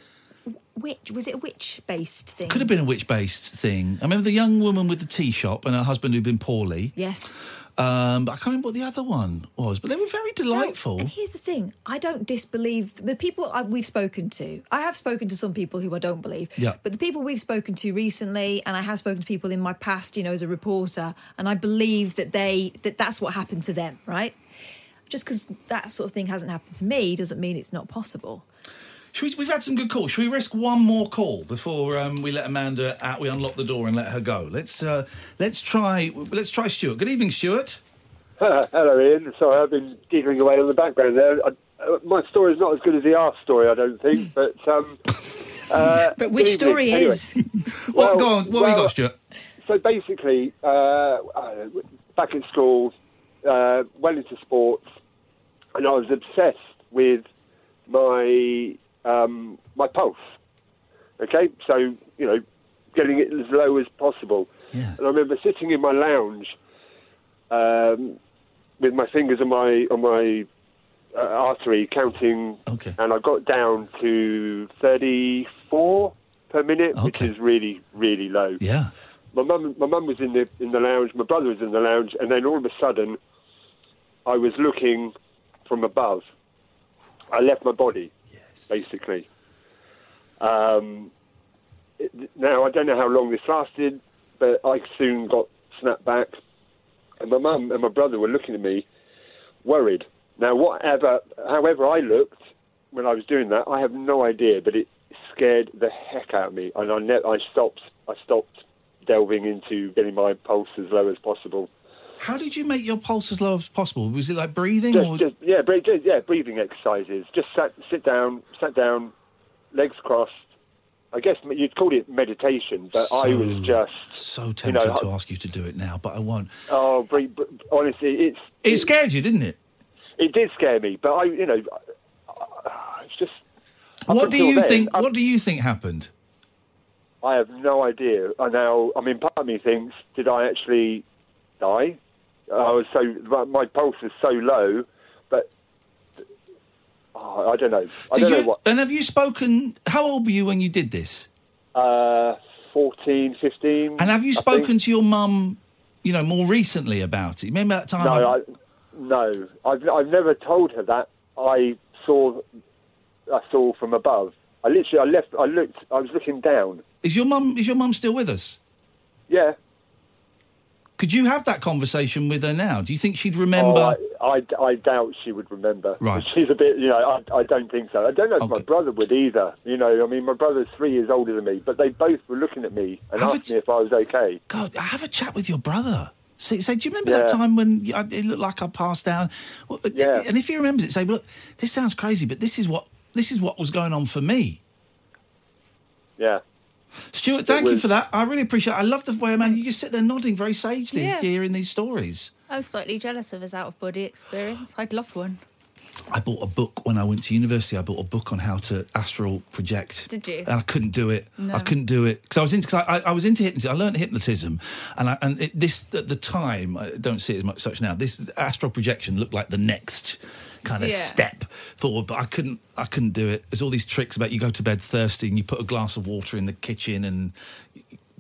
[SPEAKER 6] witch? Was it a witch-based thing?
[SPEAKER 5] could have been a witch based thing. I remember the young woman with the tea shop and her husband who'd been poorly.
[SPEAKER 6] Yes.
[SPEAKER 5] Um, but I can't remember what the other one was, but they were very delightful.
[SPEAKER 6] And here's the thing: I don't disbelieve the people I, we've spoken to. I have spoken to some people who I don't believe.
[SPEAKER 5] Yeah.
[SPEAKER 6] But the people we've spoken to recently, and I have spoken to people in my past, you know, as a reporter, and I believe that they that that's what happened to them, right? Just because that sort of thing hasn't happened to me doesn't mean it's not possible.
[SPEAKER 5] Should we, we've had some good calls. Should we risk one more call before um, we let Amanda out? We unlock the door and let her go. Let's uh, let's try let's try Stuart. Good evening, Stuart.
[SPEAKER 15] *laughs* Hello, Ian. Sorry, I've been giggling away on the background there. I, uh, my story is not as good as the R story, I don't think, but.
[SPEAKER 6] *laughs*
[SPEAKER 15] Um, uh,
[SPEAKER 6] But which
[SPEAKER 15] good
[SPEAKER 6] story
[SPEAKER 15] evening. Anyway.
[SPEAKER 6] is?
[SPEAKER 15] well,
[SPEAKER 5] go on. What have
[SPEAKER 15] well,
[SPEAKER 5] you got,
[SPEAKER 15] *laughs*
[SPEAKER 5] Stuart?
[SPEAKER 15] So basically, uh, I don't know, back in school, uh, went into sports, and I was obsessed with my um, my pulse. Okay, so you know, getting it as low as possible. And I remember sitting in my lounge um, with my fingers on my on my uh, artery, counting, and I got down to thirty four per minute, which is really really low.
[SPEAKER 5] Yeah.
[SPEAKER 15] My mum my mum was in the in the lounge, my brother was in the lounge, and then all of a sudden, I was looking from above. I left my body, basically. Um, it- now I don't know how long this lasted, but I soon got snapped back, and my mum and my brother were looking at me, worried. Now, whatever, however I looked when I was doing that, I have no idea, but it scared the heck out of me, and I ne- I stopped I stopped delving into getting my pulse as low as possible.
[SPEAKER 5] How did you make your pulse as low as possible? Was it like breathing?
[SPEAKER 15] Just,
[SPEAKER 5] or...
[SPEAKER 15] just- yeah, breath- just- yeah, breathing exercises. Just sat, sit down, sat down, legs crossed. I guess you'd call it meditation, but I was
[SPEAKER 5] So-
[SPEAKER 15] just
[SPEAKER 5] so tempted
[SPEAKER 15] you know,
[SPEAKER 5] to ask you to do it now, but I won't.
[SPEAKER 15] Oh, bre- bre- honestly, it's
[SPEAKER 5] It scared you, didn't it?
[SPEAKER 15] it did scare me, but I, you know, I- it's just. up
[SPEAKER 5] What do
[SPEAKER 15] until
[SPEAKER 5] you
[SPEAKER 15] then,
[SPEAKER 5] think? What do you think happened?
[SPEAKER 15] I have no idea. I now, I mean, part of me thinks, did I actually die? I was so my- my pulse was so low, but oh, I don't know. I
[SPEAKER 5] Did
[SPEAKER 15] don't
[SPEAKER 5] you,
[SPEAKER 15] know what.
[SPEAKER 5] And have you spoken? How old were you when you did this?
[SPEAKER 15] Uh, 14, 15.
[SPEAKER 5] And have you
[SPEAKER 15] I think.
[SPEAKER 5] spoken to your mum? You know, more recently about it. Remember that time?
[SPEAKER 15] No, I, no, I've I've never told her that. I saw, I saw from above. I literally, I left, I looked, I was looking down.
[SPEAKER 5] Is your mum? Is your mum still with us?
[SPEAKER 15] Yeah.
[SPEAKER 5] Could you have that conversation with her now? Do you think she'd remember?
[SPEAKER 15] Oh, I, I, I doubt she would remember.
[SPEAKER 5] Right.
[SPEAKER 15] *laughs* She's a bit, you know, I, I don't think so. I don't know if my brother would either. You know, I mean, my brother's three years older than me, but they both were looking at me and asked me if I was okay.
[SPEAKER 5] God, have a chat with your brother. Say, say do you remember that
[SPEAKER 15] Yeah.
[SPEAKER 5] time when you- I- it looked like I passed down? Well, yeah. And if he remembers it, say, look, this sounds crazy, but this is what this is what was going on for me.
[SPEAKER 15] Yeah.
[SPEAKER 5] Stuart,
[SPEAKER 15] It
[SPEAKER 5] thank you
[SPEAKER 15] was-
[SPEAKER 5] for that. I really appreciate. it. I love the way, man, you just sit there nodding, very sagely,
[SPEAKER 7] Yeah.
[SPEAKER 5] hearing these stories.
[SPEAKER 7] I'm slightly jealous of his out of body experience. I'd love one.
[SPEAKER 5] I bought a book when I went to university. I bought a book on how to astral project.
[SPEAKER 7] Did you?
[SPEAKER 5] And I couldn't do it.
[SPEAKER 7] No.
[SPEAKER 5] I couldn't do it because I was into cause I, I, I was into hypnotism. I learned hypnotism, and I, and it, this at the time I don't see it as much such now. This astral projection looked like the next kind of
[SPEAKER 12] Yeah.
[SPEAKER 5] step forward, but I couldn't. I couldn't do it. There's all these tricks about you go to bed thirsty and you put a glass of water in the kitchen and.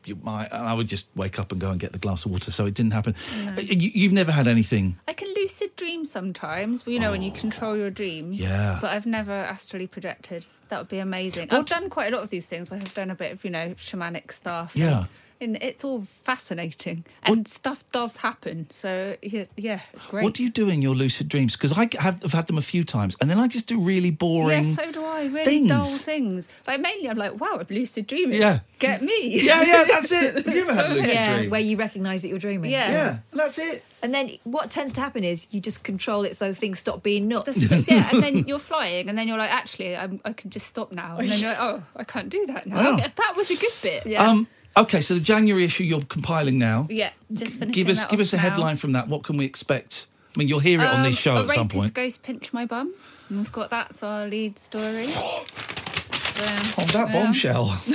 [SPEAKER 5] You might, and I would just wake up and go and get the glass of water, so it didn't happen.
[SPEAKER 7] No.
[SPEAKER 5] Uh, You, you've never had anything
[SPEAKER 7] I can lucid dream sometimes, you know, when you control your dreams.
[SPEAKER 5] Yeah.
[SPEAKER 7] But I've never astrally projected. That would be amazing. I've done quite a lot of these things. I have done a bit of, you know, shamanic stuff.
[SPEAKER 5] Yeah.
[SPEAKER 7] And it's all fascinating. And stuff does happen. So, yeah, yeah it's great.
[SPEAKER 5] What do you do in your lucid dreams? Because I have, have had them a few times, and then I just do really boring.
[SPEAKER 7] Yeah, so do I. Really dull
[SPEAKER 5] things.
[SPEAKER 7] things. Like mainly, I'm like, wow, I'm lucid dreaming.
[SPEAKER 5] Yeah.
[SPEAKER 7] Get me.
[SPEAKER 5] Yeah,
[SPEAKER 7] *laughs*
[SPEAKER 5] yeah, that's
[SPEAKER 6] *laughs*
[SPEAKER 5] it. Have you ever had a lucid
[SPEAKER 6] yeah,
[SPEAKER 5] dream?
[SPEAKER 6] where you recognise that you're dreaming.
[SPEAKER 7] Yeah. Yeah,
[SPEAKER 5] that's it.
[SPEAKER 6] And then what tends to happen is you just control it so things stop being nuts. *laughs*
[SPEAKER 7] The-
[SPEAKER 5] *laughs*
[SPEAKER 7] yeah, and then you're flying, and then you're like, actually, I'm, I can just stop now. And then you're like, oh, I can't do that now.
[SPEAKER 5] Wow.
[SPEAKER 7] *laughs* That was a good bit.
[SPEAKER 5] Um, okay, so the January issue you're compiling now.
[SPEAKER 7] yeah, just finishing
[SPEAKER 5] Give us
[SPEAKER 7] that
[SPEAKER 5] give
[SPEAKER 7] off
[SPEAKER 5] us a
[SPEAKER 7] now.
[SPEAKER 5] headline from that. What can we expect? I mean, you'll hear it on this
[SPEAKER 7] Um,
[SPEAKER 5] show
[SPEAKER 7] a
[SPEAKER 5] at some
[SPEAKER 7] rapist
[SPEAKER 5] point.
[SPEAKER 7] Ghost pinch my bum. And we've got that's our lead
[SPEAKER 5] *gasps*
[SPEAKER 7] story. So, um,
[SPEAKER 5] Oh, that
[SPEAKER 7] yeah.
[SPEAKER 5] bombshell. *laughs*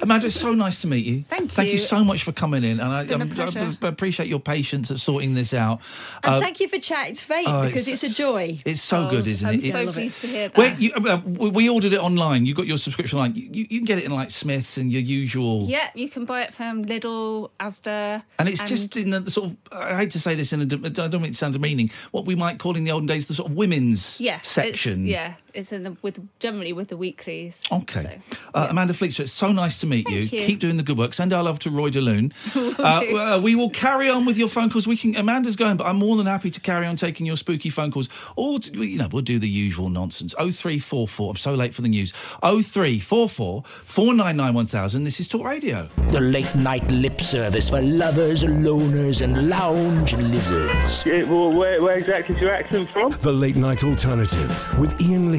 [SPEAKER 5] Amanda, it's so nice to meet you.
[SPEAKER 7] Thank
[SPEAKER 5] Thank you
[SPEAKER 7] you.
[SPEAKER 5] so much for coming in, and I,
[SPEAKER 6] been a
[SPEAKER 5] um, I
[SPEAKER 6] pleasure.
[SPEAKER 5] b- appreciate your patience at sorting this out.
[SPEAKER 6] And
[SPEAKER 5] Uh,
[SPEAKER 6] thank you for chatting to Fate
[SPEAKER 5] oh,
[SPEAKER 6] because
[SPEAKER 5] it's-
[SPEAKER 6] it's, a joy.
[SPEAKER 5] it's so good, isn't
[SPEAKER 6] Oh, I'm
[SPEAKER 5] it?
[SPEAKER 6] so
[SPEAKER 5] It's-
[SPEAKER 6] pleased
[SPEAKER 7] to hear
[SPEAKER 5] Well, you, uh, we we ordered it online. You got your subscription line. You, you, you can get it in like Smiths and your usual.
[SPEAKER 7] Yeah, you can buy it from Lidl, Asda.
[SPEAKER 5] And it's just in the sort of, I hate to say this in a, I don't mean it to sound demeaning, what we might call in the olden days the sort of women's
[SPEAKER 7] yeah, it's-
[SPEAKER 5] section.
[SPEAKER 7] yeah, it's in the with generally with the weeklies.
[SPEAKER 5] Okay. uh, Amanda Fleetstra, it's so nice to meet you.
[SPEAKER 7] you.
[SPEAKER 5] Keep doing the good work. Send our love to Roy DeLoon.
[SPEAKER 7] *laughs* Will
[SPEAKER 5] uh,
[SPEAKER 7] do.
[SPEAKER 5] uh, we will carry on with your phone calls. We can. Amanda's going, but I'm more than happy to carry on taking your spooky phone calls. Or t- you know, we'll do the usual nonsense. Oh three four four. I'm so late for the news. Oh three four four four nine nine one thousand. This is Talk Radio.
[SPEAKER 8] The late night lip service for lovers, loners, and lounge lizards.
[SPEAKER 3] well, where, where exactly is your accent from?
[SPEAKER 1] The Late Night Alternative with Ian Lee